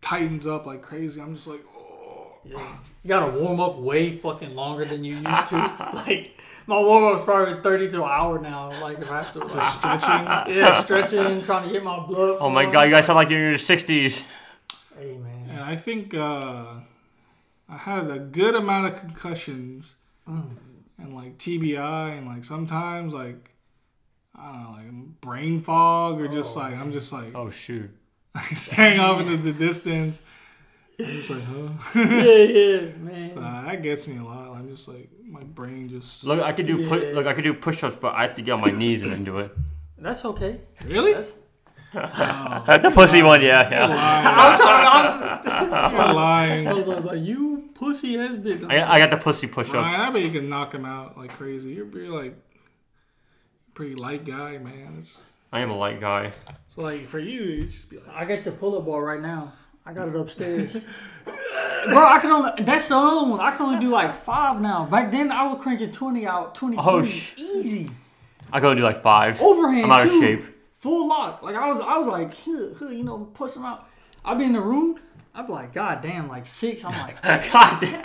Speaker 3: tightens up like crazy i'm just like oh
Speaker 1: Yeah. You gotta warm up way fucking longer than you used
Speaker 2: (laughs)
Speaker 1: to. like my warm up's probably thirty to an hour now. Like if I have to like, (laughs)
Speaker 3: stretching
Speaker 1: Yeah, stretching, trying to get my blood.
Speaker 2: Oh my
Speaker 1: flowing.
Speaker 2: god, you guys sound like you're in your 60s.
Speaker 1: Hey man.
Speaker 3: and i think uh i had a good amount of concussions
Speaker 1: Mm.
Speaker 3: and like TBI and like sometimes like I don't know, like brain fog or just
Speaker 1: Oh,
Speaker 3: like I'm just (laughs) like
Speaker 2: Oh shoot.
Speaker 3: staring off into the distance. I'm just like, huh?
Speaker 1: Mm. Yeah, yeah, man.
Speaker 3: Nah, that gets me a lot. I'm just like my brain just
Speaker 2: Look, I could do pu-
Speaker 1: Yeah.
Speaker 2: (laughs) look, I could do push-ups, but I have to get on my knees and then do it. (laughs)
Speaker 1: That's okay.
Speaker 3: really.
Speaker 1: That's
Speaker 2: the pussy one, yeah,
Speaker 3: You're
Speaker 2: yeah.
Speaker 1: I'm
Speaker 3: lying.
Speaker 1: trying.
Speaker 3: You're lying.
Speaker 1: I was, I was like, you pussy ass bitch.
Speaker 2: I, I got the pussy push-ups.
Speaker 3: Ryan, I bet you can knock him out like crazy. You're, you're like pretty light guy, man. It's,
Speaker 2: I am a light guy.
Speaker 3: so like for you, you just be like,
Speaker 1: I got the pull up bar right now. I got it
Speaker 2: (laughs)
Speaker 1: upstairs. Bro, I can only that's the other one. I can only do like five now. Back then I would crank it twenty out, twenty three.
Speaker 2: Oh, sh-
Speaker 1: easy.
Speaker 2: I go and do like five.
Speaker 1: Overhand.
Speaker 2: I'm out of
Speaker 1: too.
Speaker 2: shape. (laughs)
Speaker 1: Full lock. Like I was I was like, huh, huh, you know, push them out. I'd be in the room, I'd be like, God damn, like six. I'm like, (laughs)
Speaker 2: God damn.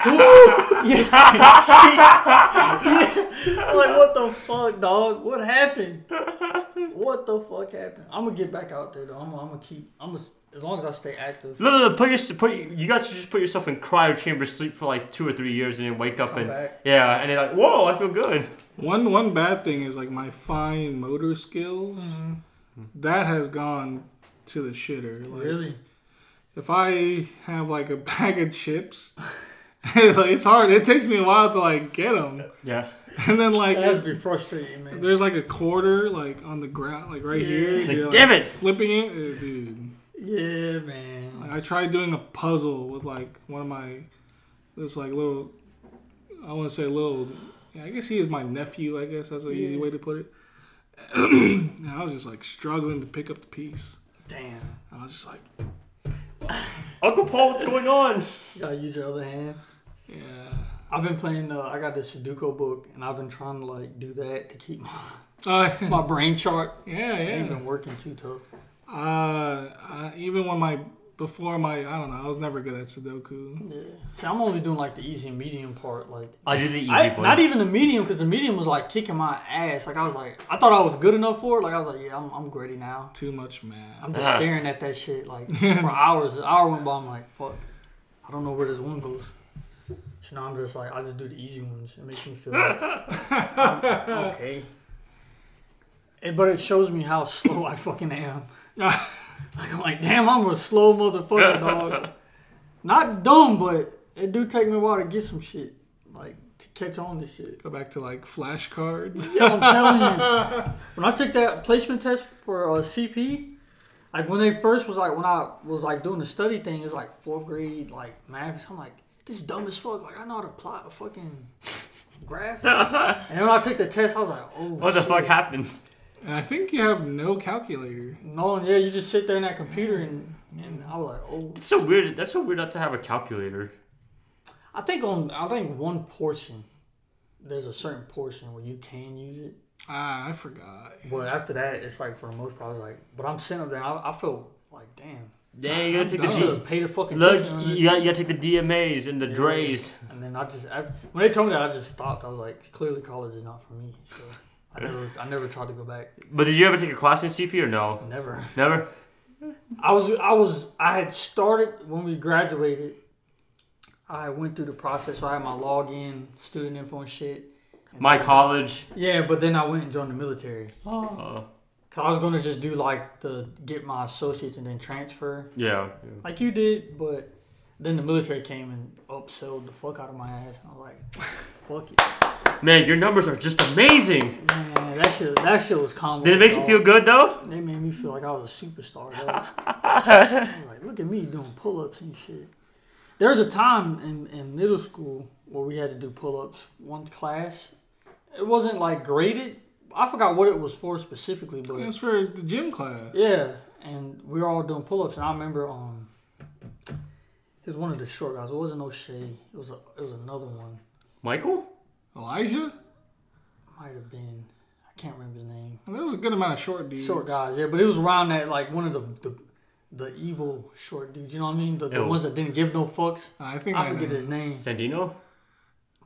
Speaker 1: I'm like, what the fuck, dog? What happened? What the fuck happened? I'm gonna get back out there though. I'm, I'm gonna keep. I'm gonna as long as I stay active.
Speaker 2: No, no, no. Put your, put you guys should just put yourself in cryo chamber sleep for like two or three years, and then wake up
Speaker 1: Come
Speaker 2: and
Speaker 1: back.
Speaker 2: yeah, and they're like, whoa, I feel good.
Speaker 3: One one bad thing is like my fine motor skills. That has gone to the shitter. Like,
Speaker 1: Really?
Speaker 3: If I have like a (laughs) bag of chips, (laughs) like, it's hard. It takes me a while to like get them,
Speaker 2: Yeah.
Speaker 3: and then like
Speaker 1: That has to be frustrating, man.
Speaker 3: there's like a quarter like on the ground, like right here.
Speaker 1: Yeah.
Speaker 2: Like,
Speaker 3: you're, like,
Speaker 2: damn it.
Speaker 3: Flipping it, eh, dude.
Speaker 1: Yeah, man.
Speaker 3: Like, I tried doing a puzzle with like one of my this like little. I want to say little. Yeah, I guess he is my nephew. I guess that's an easy
Speaker 1: Yeah.
Speaker 3: way to put it. (clears throat) and I was just like struggling to pick up the piece.
Speaker 1: Damn.
Speaker 3: I was just like,
Speaker 2: Uncle Paul, what's going on?
Speaker 1: You gotta use your other hand.
Speaker 3: yeah.
Speaker 1: I've been playing. Uh, I got this Sudoku book, and I've been trying to like do that to keep (laughs) my,
Speaker 3: Uh, (laughs)
Speaker 1: my brain chart.
Speaker 3: yeah,
Speaker 1: It Ain't
Speaker 3: yeah.
Speaker 1: been working too tough.
Speaker 3: Uh, I, even when my before my I don't know, I was never good at Sudoku.
Speaker 1: Yeah. See, I'm only doing like the easy and medium part. Like
Speaker 2: I do the easy
Speaker 1: I,
Speaker 2: ones.
Speaker 1: not even the medium because the medium was like kicking my ass. Like I was like, I thought I was good enough for it. Like I was like, yeah, I'm, I'm gritty now.
Speaker 3: Too much math.
Speaker 1: I'm just staring at that shit like for hours. An hour went by. I'm like, fuck, I don't know where this one goes. So now I'm just like, I just do the easy ones. It makes me feel like, I'm okay. It, but it shows me how slow I fucking am. Like I'm like, damn, I'm a slow motherfucker, dog. Not dumb, but it do take me a while to get some shit, like to catch on to shit.
Speaker 3: Go back to like flashcards.
Speaker 1: Yo, I'm telling you. When I took that placement test for uh, CP, like when they first was like when I was like doing the study thing, it was like fourth grade like math. I'm like, this is dumb as fuck. Like I know how to plot a fucking graph. and then when I took the test, I was like, oh,
Speaker 2: What the
Speaker 1: shit.
Speaker 2: fuck happened?
Speaker 3: And I think you have no calculator.
Speaker 1: No, yeah, you just sit there in that computer and and I was like, oh.
Speaker 2: It's so weird. That's so weird not to have a calculator.
Speaker 1: I think on I think one portion, there's a certain portion where you can use it.
Speaker 3: Ah, I forgot.
Speaker 1: But after that, it's like for the most part, I was like, but I'm sitting up there, and I, I feel like, damn.
Speaker 2: Yeah, you gotta take
Speaker 1: I should
Speaker 2: the
Speaker 1: have paid a
Speaker 2: D.
Speaker 1: fucking attention
Speaker 2: Look,
Speaker 1: on
Speaker 2: you
Speaker 1: it.
Speaker 2: gotta, you gotta take the DMAs and the
Speaker 1: Yeah.
Speaker 2: Dre's.
Speaker 1: And then I just I, when they told me that, I just stopped. I was like, clearly college is not for me. So I never I never tried to go back.
Speaker 2: But did you ever take a class in CP or no?
Speaker 1: Never.
Speaker 2: Never.
Speaker 1: I was I was I had started when we graduated. I went through the process. So I had my login, student info, and shit. (gasps)
Speaker 2: My college.
Speaker 1: Yeah, but then I went and joined the military.
Speaker 2: Oh.
Speaker 1: Cause I was gonna just do like the get my associates and then transfer.
Speaker 2: Yeah.
Speaker 1: like you did, but then the military came and upsold the fuck out of my ass. And I was like, (laughs) fuck it,
Speaker 2: Man, your numbers are just amazing.
Speaker 1: man. That shit, that shit was common.
Speaker 2: Did it make you feel good though?
Speaker 1: They made me feel like I was a superstar.
Speaker 2: (laughs)
Speaker 1: Though. I was like, look at me doing pull ups and shit. There was a time in, in middle school where we had to do pull ups one class. It wasn't like graded. I forgot what it was for specifically, but
Speaker 3: That's for the gym class.
Speaker 1: Yeah, and we were all doing pull ups, and I remember um, it was one of the short guys. It wasn't O'Shea. It was a, it was another one.
Speaker 2: Michael?
Speaker 3: Elijah?
Speaker 1: Might have been I can't remember his name.
Speaker 3: Well, There was a good amount of short dudes.
Speaker 1: Short guys, yeah, but it was around that like one of the the, the evil short dudes. You know what I mean? The, the
Speaker 2: Ew.
Speaker 1: ones that didn't give no fucks.
Speaker 3: I think
Speaker 1: I
Speaker 3: I,
Speaker 1: forget
Speaker 3: know.
Speaker 1: his name.
Speaker 2: Sandino?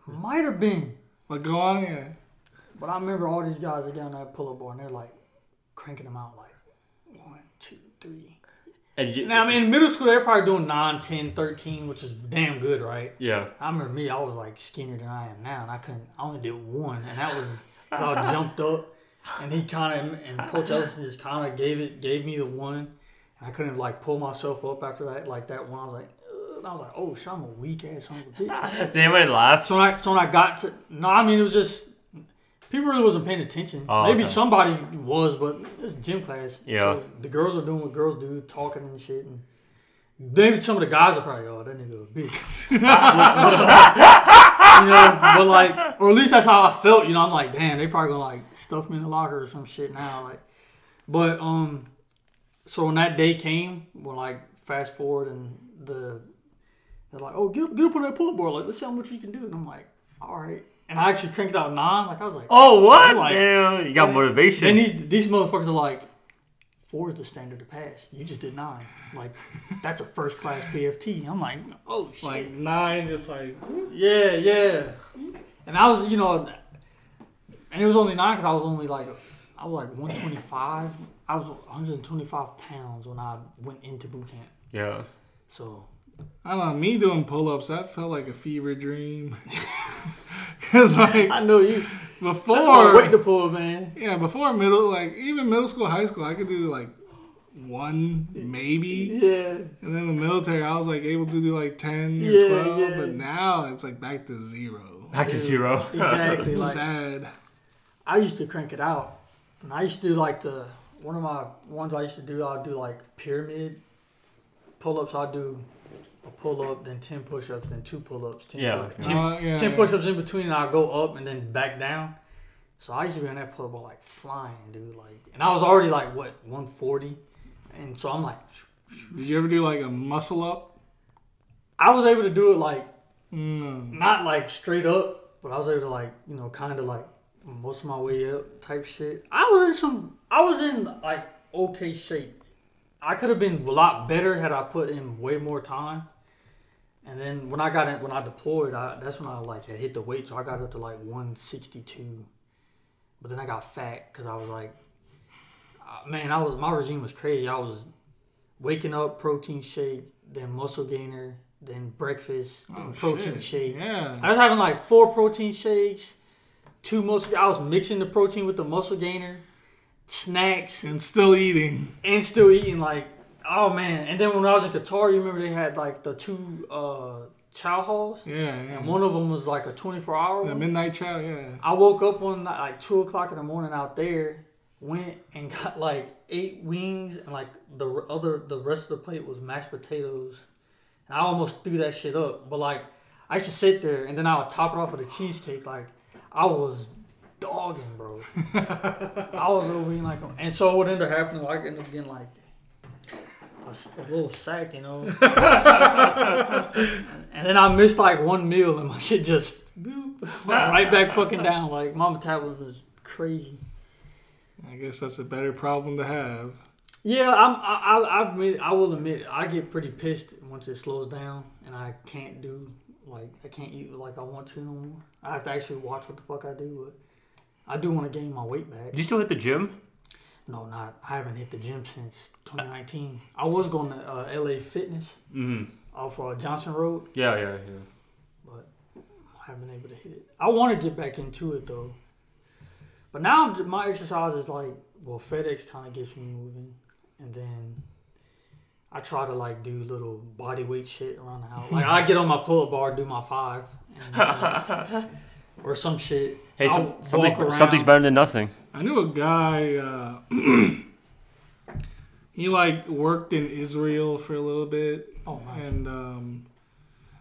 Speaker 1: Might have been,
Speaker 3: But go on, yeah.
Speaker 1: but I remember all these guys that got on that pull up bar and they're like cranking them out like one, two, three.
Speaker 2: And you,
Speaker 1: Now I mean, in middle school they're probably doing 9, 10, 13, which is damn good, right?
Speaker 2: yeah. (laughs)
Speaker 1: I remember me, I was like skinnier than I am now, and I couldn't. I only did one, and that was 'cause I was jumped up, and he kind of and Coach Ellison just kind of gave it, gave me the one, and I couldn't like pull myself up after that. Like that one, I was like, Ugh, and I was like, oh shit, I'm a weak ass son of a bitch.
Speaker 2: Did anybody laugh?
Speaker 1: So when I so when I got to no, I mean it was just He really wasn't paying attention.
Speaker 2: Oh,
Speaker 1: Maybe
Speaker 2: okay.
Speaker 1: somebody was, but it's gym class.
Speaker 2: Yeah.
Speaker 1: So the girls are doing what girls do, talking and shit. And maybe some of the guys are probably, oh, that nigga a
Speaker 2: (laughs)
Speaker 1: bitch. (laughs) But- but- you know, but like, or at least that's how I felt. You know, I'm like, damn, they probably gonna like stuff me in the locker or some shit now. Like, but um, so when that day came, when like fast forward and the they're like, oh, get, get up on that pull-up bar. Like, let's see how much you can do. And I'm like, all right. And I actually cranked out nine. Like, I was like,
Speaker 2: Oh what?
Speaker 1: Like-
Speaker 2: Damn, you got
Speaker 1: and
Speaker 2: motivation.
Speaker 1: these these motherfuckers are like, four is the standard to pass. You just did nine. Like, that's a first class PFT. I'm like, oh shit.
Speaker 3: Like nine, just like
Speaker 1: yeah, yeah. And I was, you know, and it was only nine because I was only like, I was like 125. I was 125 pounds when I went into boot camp.
Speaker 2: yeah.
Speaker 1: So
Speaker 3: I don't know. Me doing pull-ups, that felt like a fever
Speaker 1: (laughs)
Speaker 3: dream. (laughs) Cause like
Speaker 1: I know you.
Speaker 3: before,
Speaker 1: That's all weight to pull, man.
Speaker 3: yeah, before middle, like even middle school, high school, I could do like one maybe,
Speaker 1: Yeah.
Speaker 3: and then the military, I was like able to do like ten or
Speaker 1: Yeah,
Speaker 3: twelve,
Speaker 1: yeah.
Speaker 3: but now it's like back to zero.
Speaker 2: Back to zero.
Speaker 3: (laughs)
Speaker 1: Exactly. like,
Speaker 3: Sad.
Speaker 1: I used to crank it out, and I used to do like the one of my ones I used to do. I'll do like pyramid pull ups. I'll do a pull up, then ten push ups, then two pull ups, ten,
Speaker 2: Yeah,
Speaker 1: pull- 10,
Speaker 2: yeah.
Speaker 3: Oh, yeah,
Speaker 1: 10
Speaker 3: yeah.
Speaker 1: push ups in between, and I'll go up and then back down. So I used to be on that pull up like flying, dude. Like, and I was already like what 140, and so I'm like,
Speaker 3: Did you ever do like a muscle up?
Speaker 1: I was able to do it like
Speaker 3: Mm.
Speaker 1: not like straight up, but I was able to like you know kind of like most of my way up type shit. I was in some, I was in like okay shape. I could have been a lot better had I put in way more time. And then when I got in, when I deployed, I, that's when I like had hit the weight, so I got up to like 162. But then I got fat because I was like, uh, man, I was my regime was crazy. I was waking up, protein shake, then muscle gainer, then breakfast, then
Speaker 3: Oh,
Speaker 1: protein
Speaker 3: shit.
Speaker 1: shake. I
Speaker 3: Yeah.
Speaker 1: was having like four protein shakes, two muscle. I was mixing the protein with the muscle gainer, snacks,
Speaker 3: And still eating.
Speaker 1: and still eating like oh man. And then when I was in Qatar, you remember they had like the two uh, chow halls,
Speaker 3: Yeah. yeah.
Speaker 1: and one of them was like a twenty four hour.
Speaker 3: The
Speaker 1: one.
Speaker 3: midnight chow. Yeah.
Speaker 1: I woke up one night like two o'clock in the morning out there, went and (laughs) got like eight wings and like the r- other the rest of the plate was mashed potatoes, and I almost threw that shit up. But like I used to sit there and then I would top it off with a cheesecake. Like I was dogging, bro. I was over eating like, and so what ended up happening, like I ended up getting like. A s- a little sack, you know, and then I missed like one meal, and (laughs) my shit just right back fucking down. Like my metabolism is crazy.
Speaker 3: I guess that's a better problem to have.
Speaker 1: Yeah, I'm. I, I, I admit. I will admit. I get pretty pissed once it slows down, and I can't do like I can't eat like I want to no more. I have to actually watch what the fuck I do. But I do want to gain my weight back.
Speaker 2: Do you still hit the gym?
Speaker 1: No, not. I haven't hit the gym since 2019. I was going to uh, LA Fitness
Speaker 2: Mm-hmm.
Speaker 1: off uh, Johnson Road,
Speaker 2: Yeah, yeah, yeah.
Speaker 1: but I haven't been able to hit it. I want to get back into it though. But now I'm ju- my exercise is like, well, FedEx kind of gets me moving, and then I try to like do little body weight shit around the house. Like I get on my pull-up bar, do my five, and, uh, (laughs) or some shit.
Speaker 2: Hey,
Speaker 1: I'll
Speaker 2: some,
Speaker 1: walk around.
Speaker 2: something's, something's better than nothing.
Speaker 3: I knew a guy. Uh, (clears throat) he like worked in Israel for a little bit,
Speaker 1: Oh my!
Speaker 3: and um,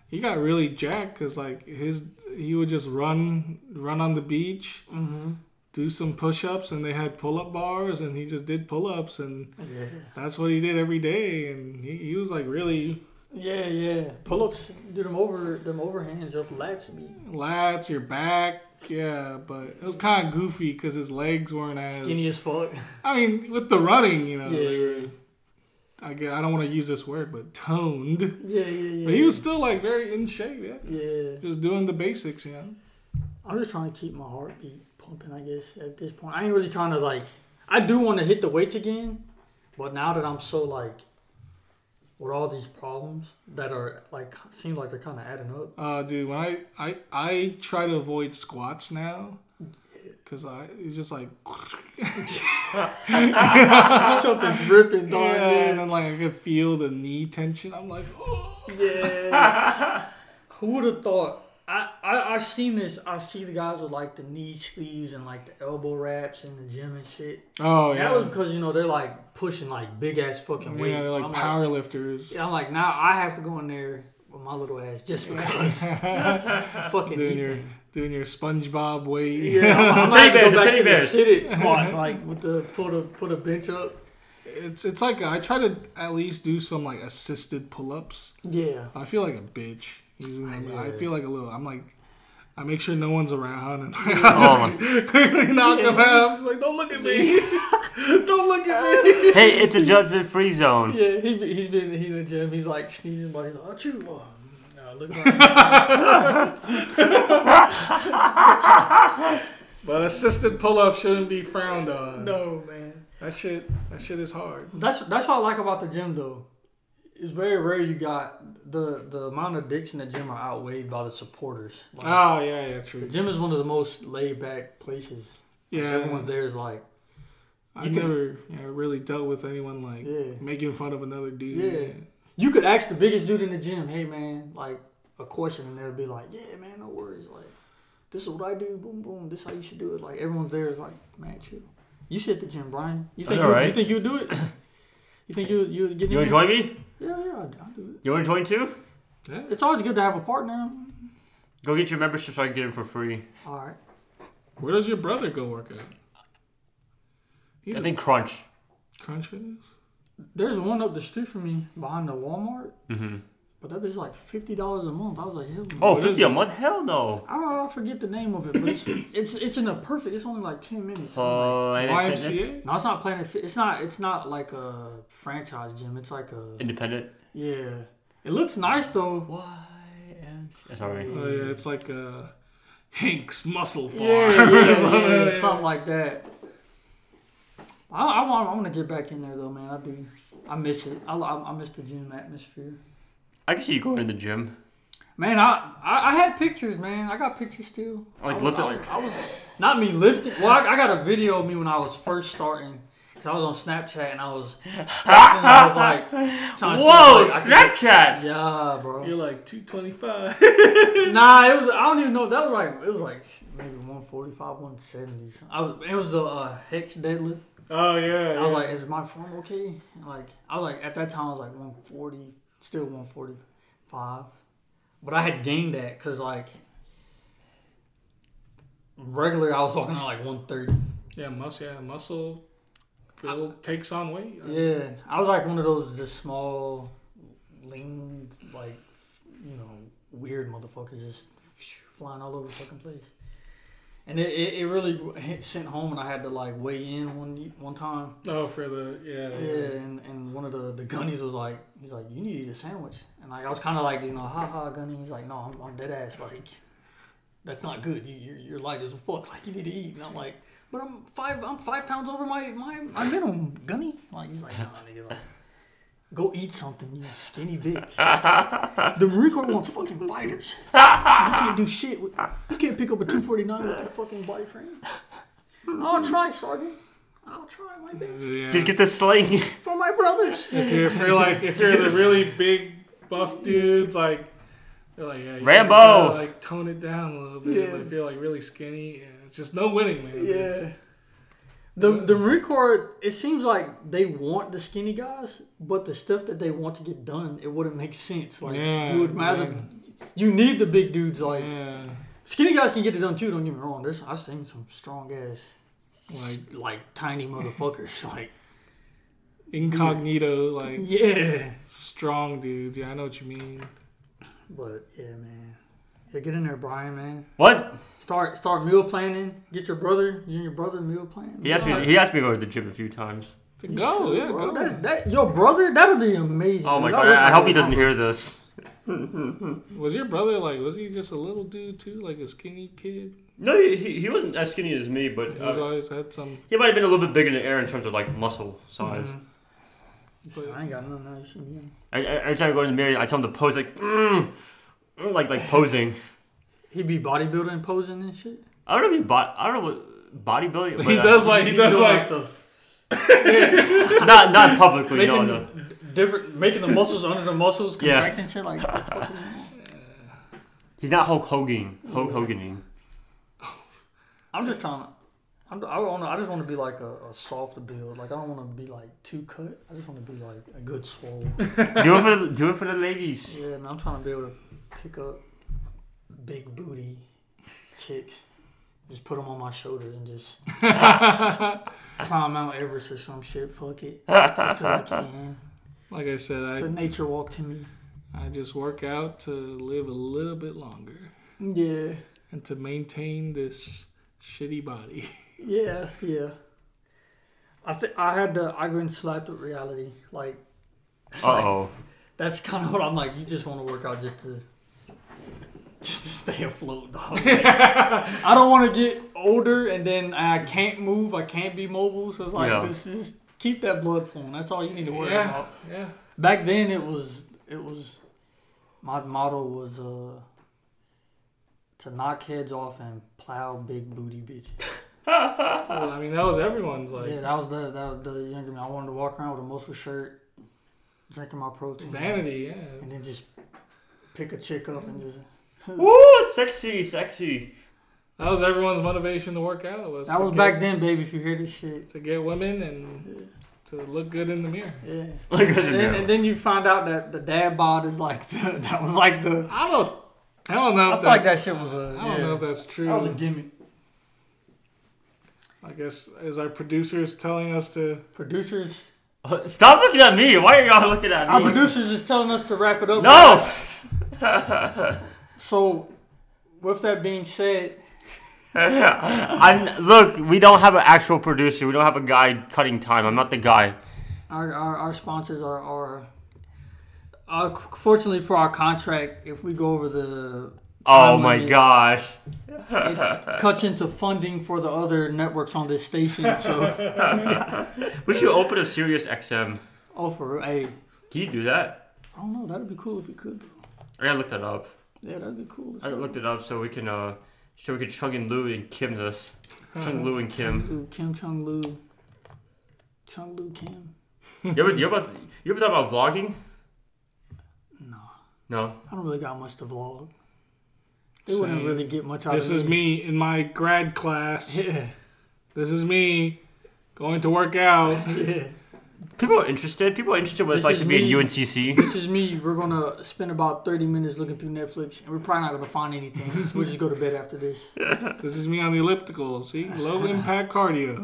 Speaker 3: he got really jacked because like his he would just run run on the beach,
Speaker 1: Mm-hmm.
Speaker 3: do some push ups, and they had pull up bars, and he just did pull ups, and
Speaker 1: Yeah,
Speaker 3: that's what he did every day, and he, he was like really
Speaker 1: yeah, yeah. Pull-ups, do them over, them overhands, your lats be
Speaker 3: lats your back. Yeah, but it was kind of goofy because his legs weren't as
Speaker 1: skinny as fuck.
Speaker 3: I mean, with the running, you know,
Speaker 1: Yeah,
Speaker 3: they
Speaker 1: yeah.
Speaker 3: were, I, gue- I don't want to use this word, but toned.
Speaker 1: Yeah, yeah, yeah.
Speaker 3: But he was still like very in shape, yeah.
Speaker 1: Yeah.
Speaker 3: Just doing the basics, you know.
Speaker 1: I'm just trying to keep my heartbeat pumping, I guess, at this point. I ain't really trying to like I do want to hit the weights again, but now that I'm so like with all these problems that are like seem like they're kind of adding up.
Speaker 3: Uh, dude, when I, I I try to avoid squats now, cause I it's just
Speaker 1: (laughs)
Speaker 3: like (laughs)
Speaker 1: Something's ripping,
Speaker 3: yeah,
Speaker 1: dog.
Speaker 3: and
Speaker 1: Yeah.
Speaker 3: then like I could feel the knee tension. I'm like, oh, (laughs)
Speaker 1: yeah. Who would have thought I, I I seen this. I see the guys with like the knee sleeves and like the elbow wraps in the gym and shit.
Speaker 3: Oh yeah,
Speaker 1: That was because you know they're like pushing like big ass fucking weight.
Speaker 3: yeah, they're like
Speaker 1: I'm
Speaker 3: power lifters.
Speaker 1: yeah, I'm like now I have to go in there with my little ass just because fucking
Speaker 3: (laughs) doing your
Speaker 1: anything.
Speaker 3: doing your SpongeBob weight.
Speaker 1: Yeah,
Speaker 2: (laughs)
Speaker 1: I'm, I'm
Speaker 2: Teddy
Speaker 1: gonna
Speaker 2: bears,
Speaker 1: go back
Speaker 2: teddy
Speaker 1: to the
Speaker 2: bears.
Speaker 1: sit
Speaker 2: (laughs)
Speaker 1: it squats like with the put a put a bench up.
Speaker 3: It's it's like I try to at least do some like assisted pull ups.
Speaker 1: Yeah,
Speaker 3: I feel like a bitch. Using them. I
Speaker 1: Yeah.
Speaker 3: feel like a little. I'm like, I make sure no one's around and I
Speaker 2: Oh,
Speaker 3: (laughs) just quickly knock them out. I'm just like, don't look at me, (laughs) don't look
Speaker 1: Uh,
Speaker 3: at me.
Speaker 2: hey, it's a judgment free zone.
Speaker 1: yeah. He be- he's been he's in the gym. He's like sneezing, but he's like, oh, chew more. No, look
Speaker 2: (laughs)
Speaker 1: at my-
Speaker 3: But assisted pull ups shouldn't be frowned on.
Speaker 1: no man.
Speaker 3: That shit, that shit is hard.
Speaker 1: That's that's what I like about the gym though. It's very rare you got the the amount of dicks in the gym are outweighed by the supporters. Like,
Speaker 2: Ah.
Speaker 3: Oh yeah, yeah,
Speaker 1: the
Speaker 3: true.
Speaker 1: gym is one of the most laid back places.
Speaker 3: Yeah,
Speaker 1: Everyone's there is like
Speaker 3: I
Speaker 1: you can-
Speaker 3: never yeah, really dealt with anyone like
Speaker 1: Yeah.
Speaker 3: making fun of another dude.
Speaker 1: Yeah. You could ask the biggest dude in the gym, hey man, like a question, and they'll be like, yeah man, no worries, like this is what I do, boom boom, this is how you should do it. Like everyone there is like, man, chill. You should hit the gym, Brian. You think
Speaker 2: All
Speaker 1: you, you
Speaker 2: right.
Speaker 1: think you do it? (coughs) You think you you get
Speaker 2: You
Speaker 1: in
Speaker 2: want to
Speaker 1: there?
Speaker 2: join me?
Speaker 1: Yeah yeah, I'll, I'll do
Speaker 2: You want to join too?
Speaker 1: it. It's always good to have a partner.
Speaker 2: Go get your membership so I can get it for free.
Speaker 1: All right.
Speaker 3: Where does your brother go work at? He's
Speaker 2: I
Speaker 3: a
Speaker 2: think Crunch.
Speaker 3: Crunch Fitness.
Speaker 1: There's one up the street from me behind the Walmart,
Speaker 2: Mm-hmm.
Speaker 1: but that bitch like fifty dollars a month. I was like, hell. no.
Speaker 2: Oh,
Speaker 3: What is
Speaker 2: 50 a
Speaker 3: it?
Speaker 2: month? Hell no.
Speaker 1: I don't I forget the name of it, but it's (coughs) it's, it's in a perfect. It's only like ten minutes. I'm like,
Speaker 2: Oh, Planet Fitness?
Speaker 3: YMCA.
Speaker 1: No, it's not Planet. Fit- It's not. It's not like a franchise gym. It's like a
Speaker 2: Independent.
Speaker 1: yeah. It looks nice though.
Speaker 2: YMCA. Sorry.
Speaker 3: Oh yeah, it's like uh, Hank's Muscle Farm.
Speaker 1: (laughs) Yeah,
Speaker 3: or
Speaker 1: yeah,
Speaker 3: something.
Speaker 1: yeah, something like that. I, I want. I want to get back in there though, man. I do. I miss it. I, I, I miss the gym atmosphere.
Speaker 2: I can see you going to the gym.
Speaker 1: Man, I, I I had pictures, man. I got pictures still.
Speaker 2: Like,
Speaker 1: I was,
Speaker 2: lift it
Speaker 1: I was-
Speaker 2: like-
Speaker 1: I was not me lifting. Well, I, I got a video of me when I was first starting. Cause I was on Snapchat and I was, posting, I was like, trying to see if,
Speaker 2: Whoa,
Speaker 1: like, I could-
Speaker 2: Snapchat!
Speaker 1: yeah,
Speaker 3: (laughs)
Speaker 1: bro.
Speaker 3: You're like (laughs) 225.
Speaker 1: Nah, it was. I don't even know. That was like it was like maybe 145, 170. I was. It was the uh, hex deadlift.
Speaker 3: oh yeah.
Speaker 1: I was like, is my form okay? And, like I was like at that time I was like 140, still 145, but I had gained that because like regular I was walking at like 130.
Speaker 3: yeah, muscle. Yeah, muscle. Bill takes on weight.
Speaker 1: Yeah, I was like one of those just small, lean, like you know, weird motherfuckers just flying all over the fucking place. And it, it, it really hit, sent home, and I had to like weigh in one one time.
Speaker 3: Oh, for the
Speaker 1: Yeah,
Speaker 3: yeah. yeah.
Speaker 1: and, and one of the, the gunnies was like, he's like, you need to eat a sandwich. And like I was kind of like, you know, ha ha, gunny. He's like, no, I'm, I'm dead ass. Like, that's not good. You you're, you're light as a fuck. (laughs) Like you need to eat. And I'm like, but I'm five I'm five pounds over my my, my minimum, gunny. Like he's like, nah, nigga. Like, Go eat something, you skinny bitch. the Marine Corps wants fucking fighters. You can't do shit. With, you can't pick up a 249 with that fucking body frame. I'll try, Sergeant. I'll try my best.
Speaker 3: Yeah.
Speaker 2: Just get the sling. (laughs)
Speaker 1: For my brothers.
Speaker 3: if you're, if (laughs) you're like if you're the really big buff dudes like they're like yeah, you
Speaker 2: Rambo.
Speaker 3: gotta, like tone it down a little bit
Speaker 1: Yeah.
Speaker 3: but if you're like really skinny yeah, it's just no winning man
Speaker 1: Yeah. The the Marine Corps, it seems like they want the skinny guys, but the stuff that they want to get done, it wouldn't make sense. Like
Speaker 3: Yeah,
Speaker 1: you would rather you need the big dudes. Like
Speaker 3: yeah
Speaker 1: skinny guys can get it done too. Don't get me wrong. There's I've seen some strong ass,
Speaker 3: like
Speaker 1: like like tiny motherfuckers. (laughs) like
Speaker 3: incognito like
Speaker 1: yeah,
Speaker 3: strong dudes yeah I know what you mean
Speaker 1: but yeah, man. Yeah, get in there, Brian, man.
Speaker 2: What?
Speaker 1: Start start meal planning. Get your brother, you and your brother meal planning.
Speaker 2: He asked, me, he asked me to go to the gym a few times.
Speaker 3: to
Speaker 1: You
Speaker 3: go
Speaker 1: should,
Speaker 3: yeah
Speaker 1: bro.
Speaker 3: go
Speaker 1: That's, that your brother. That would be amazing.
Speaker 2: Oh my
Speaker 1: That
Speaker 2: god.
Speaker 1: was-
Speaker 2: I hope he doesn't hear this.
Speaker 3: was your brother like was he just a little dude too like a skinny kid
Speaker 2: No, he, he he wasn't as skinny as me, but
Speaker 3: he was
Speaker 2: uh,
Speaker 3: always had some
Speaker 2: he might have been a little bit bigger in the air in terms of like muscle size.
Speaker 3: Mm-hmm.
Speaker 1: I ain't got nothing else. in me.
Speaker 2: I, I, every time I go in the mirror, I tell him to pose like, mm, or, like like posing.
Speaker 1: He be bodybuilding, posing and shit.
Speaker 2: I don't know if he bought. I don't know what bodybuilding. but,
Speaker 3: he
Speaker 2: uh,
Speaker 3: does like he does like
Speaker 1: the
Speaker 2: not not publicly. no,
Speaker 1: making
Speaker 2: no.
Speaker 1: different, making the muscles under the muscles
Speaker 2: (laughs) Yeah. (laughs)
Speaker 1: contracting shit like. the fucking-
Speaker 2: He- He's not Hulk Hogan. Hulk Hoganing.
Speaker 1: I'm just trying to. I'm, I want. I just want to be like a, a soft build. Like I don't want to be like too cut. I just want to be like a good
Speaker 2: (laughs)
Speaker 1: swole.
Speaker 2: Do it for the, do it for the ladies.
Speaker 1: yeah, and I'm trying to be able to pick up big booty chicks. Just put them on my shoulders and just climb Mount Everest or some shit. Fuck it, just 'cause I can.
Speaker 3: (laughs) Like I said,
Speaker 1: It's a
Speaker 3: I,
Speaker 1: nature walk to me.
Speaker 3: I just work out to live a little bit longer
Speaker 1: Yeah,
Speaker 3: and to maintain this shitty body.
Speaker 1: yeah, yeah. I think I had to. I got slapped with reality. Like,
Speaker 2: Uh oh.
Speaker 1: That's kind of what I'm like. You just want to work out just to just to stay afloat,
Speaker 3: (laughs)
Speaker 1: dog. I don't want to get older and then I can't move. I can't be mobile. So it's like
Speaker 2: Yeah.
Speaker 1: just just keep that blood flowing. That's all you need (laughs) to worry
Speaker 3: Yeah,
Speaker 1: about.
Speaker 3: yeah.
Speaker 1: Back then, it was it was my motto was uh to knock heads off and plow big booty bitches.
Speaker 3: Well, I mean, that was everyone's like
Speaker 1: yeah, that was the that was the younger me. I wanted to walk around with a muscle shirt, drinking my protein.
Speaker 3: vanity. Yeah.
Speaker 1: and then just pick a chick up and just.
Speaker 2: Woo! Sexy, sexy.
Speaker 3: That was everyone's motivation to work out. Was
Speaker 1: That
Speaker 3: to
Speaker 1: was
Speaker 3: get-
Speaker 1: back then, baby. If you hear this shit,
Speaker 3: to get women and to look good in the mirror.
Speaker 1: yeah.
Speaker 2: Look at
Speaker 1: And then,
Speaker 2: him.
Speaker 1: and then you find out that the dad bod is like the, (laughs) that was like the.
Speaker 3: I don't. I don't know.
Speaker 1: I
Speaker 3: If
Speaker 1: feel like that
Speaker 3: that's-
Speaker 1: shit was a.
Speaker 3: I don't know if that's true.
Speaker 1: That was a gimmick.
Speaker 3: I guess as our producers telling us to.
Speaker 1: Producers,
Speaker 2: now. Stop looking at me. Why are y'all looking at
Speaker 1: our
Speaker 2: me?
Speaker 1: producers is telling us to wrap it up.
Speaker 2: No. (laughs)
Speaker 1: So, with that being said,
Speaker 2: (laughs) I'm, look, we don't have an actual producer. We don't have a guy cutting time. I'm not the guy.
Speaker 1: our our, our sponsors are are. Uh, fortunately for our contract, if we go over the
Speaker 2: Oh
Speaker 1: time
Speaker 2: my
Speaker 1: limit,
Speaker 2: gosh. (laughs)
Speaker 1: it cuts into funding for the other networks on this station.
Speaker 2: (laughs)
Speaker 1: So,
Speaker 2: We should open a Sirius XM.
Speaker 1: oh, for real, hey,
Speaker 2: Can you do that?
Speaker 1: I don't know. That'd be cool if we could. Though.
Speaker 2: I gotta look that up.
Speaker 1: Yeah, that'd be cool.
Speaker 2: I looked it up so we can uh so we can Chung and Lou and Kim this. Chung Lou and Kim.
Speaker 1: Ooh, Kim Chung Lu. Chung Lu Kim.
Speaker 2: You ever you ever you ever talk about vlogging?
Speaker 1: No,
Speaker 2: No.
Speaker 1: I don't really got much to vlog. They wouldn't
Speaker 3: Same.
Speaker 1: really get much out
Speaker 3: This
Speaker 1: of
Speaker 3: is me in my grad class.
Speaker 1: Yeah,
Speaker 3: This is me going to work out.
Speaker 1: yeah.
Speaker 2: People are interested. People are interested what
Speaker 1: This
Speaker 2: it's like
Speaker 1: is
Speaker 2: to be
Speaker 1: me.
Speaker 2: at UNCC.
Speaker 1: This is me. We're gonna spend about thirty minutes looking through Netflix, and we're probably not gonna find anything. So we'll just go to bed after this.
Speaker 3: this is me on the elliptical. See, low impact cardio,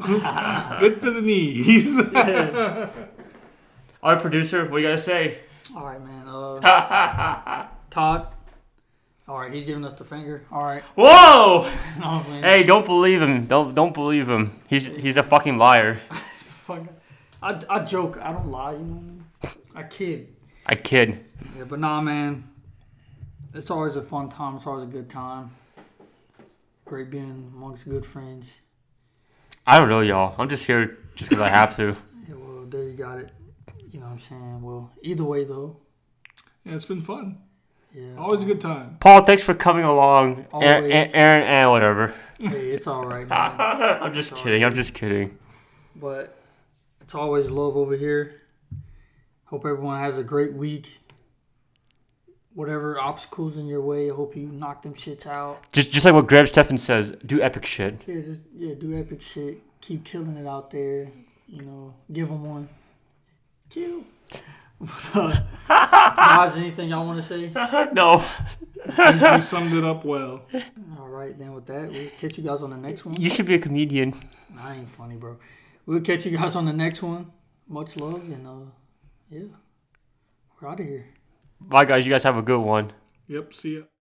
Speaker 3: good for the knees. (laughs)
Speaker 2: Our producer, what you gotta say?
Speaker 1: All right, man. Uh, Todd. All right, he's giving us the finger. All right. (laughs)
Speaker 2: Whoa!
Speaker 1: No, man.
Speaker 2: Hey, don't believe him. Don't don't believe him. He's he's a fucking liar.
Speaker 1: Fuck. I, I joke. I don't lie. You know what I mean? I kid.
Speaker 2: I kid.
Speaker 1: Yeah, but nah, man. It's always a fun time. It's always a good time. Great being amongst good friends.
Speaker 2: I don't know, y'all. I'm just here just 'cause I
Speaker 1: (laughs)
Speaker 2: have to.
Speaker 1: Yeah, well, there you got it. You know what I'm saying? Well, either way, though.
Speaker 3: Yeah, it's been fun.
Speaker 1: Yeah.
Speaker 3: Always a
Speaker 2: (laughs)
Speaker 3: good time.
Speaker 2: Paul, thanks for coming along. Aaron,
Speaker 1: Always.
Speaker 2: Aaron and
Speaker 1: (laughs)
Speaker 2: whatever.
Speaker 1: Hey, it's all right, man.
Speaker 2: I'm just kidding. I'm just kidding.
Speaker 1: but it's always love over here. Hope everyone has a great week. Whatever obstacles in your way, I hope you knock them shits out.
Speaker 2: Just just like what Graham Stephan says, do
Speaker 1: (laughs)
Speaker 2: epic shit.
Speaker 1: Yeah, just yeah, do epic shit. Keep killing it out there. You know, give them one. (laughs) Kill. But, uh, Raj, anything y'all want to (laughs) say?
Speaker 2: No.
Speaker 3: I think we summed it up well.
Speaker 1: All right, then with that, we'll catch you guys on the next one.
Speaker 2: You should be a comedian.
Speaker 1: I ain't funny, bro. We'll catch you guys on the next one. Much love and uh, yeah, we're out of here.
Speaker 2: Bye, guys. You guys have a good one.
Speaker 3: Yep. See ya.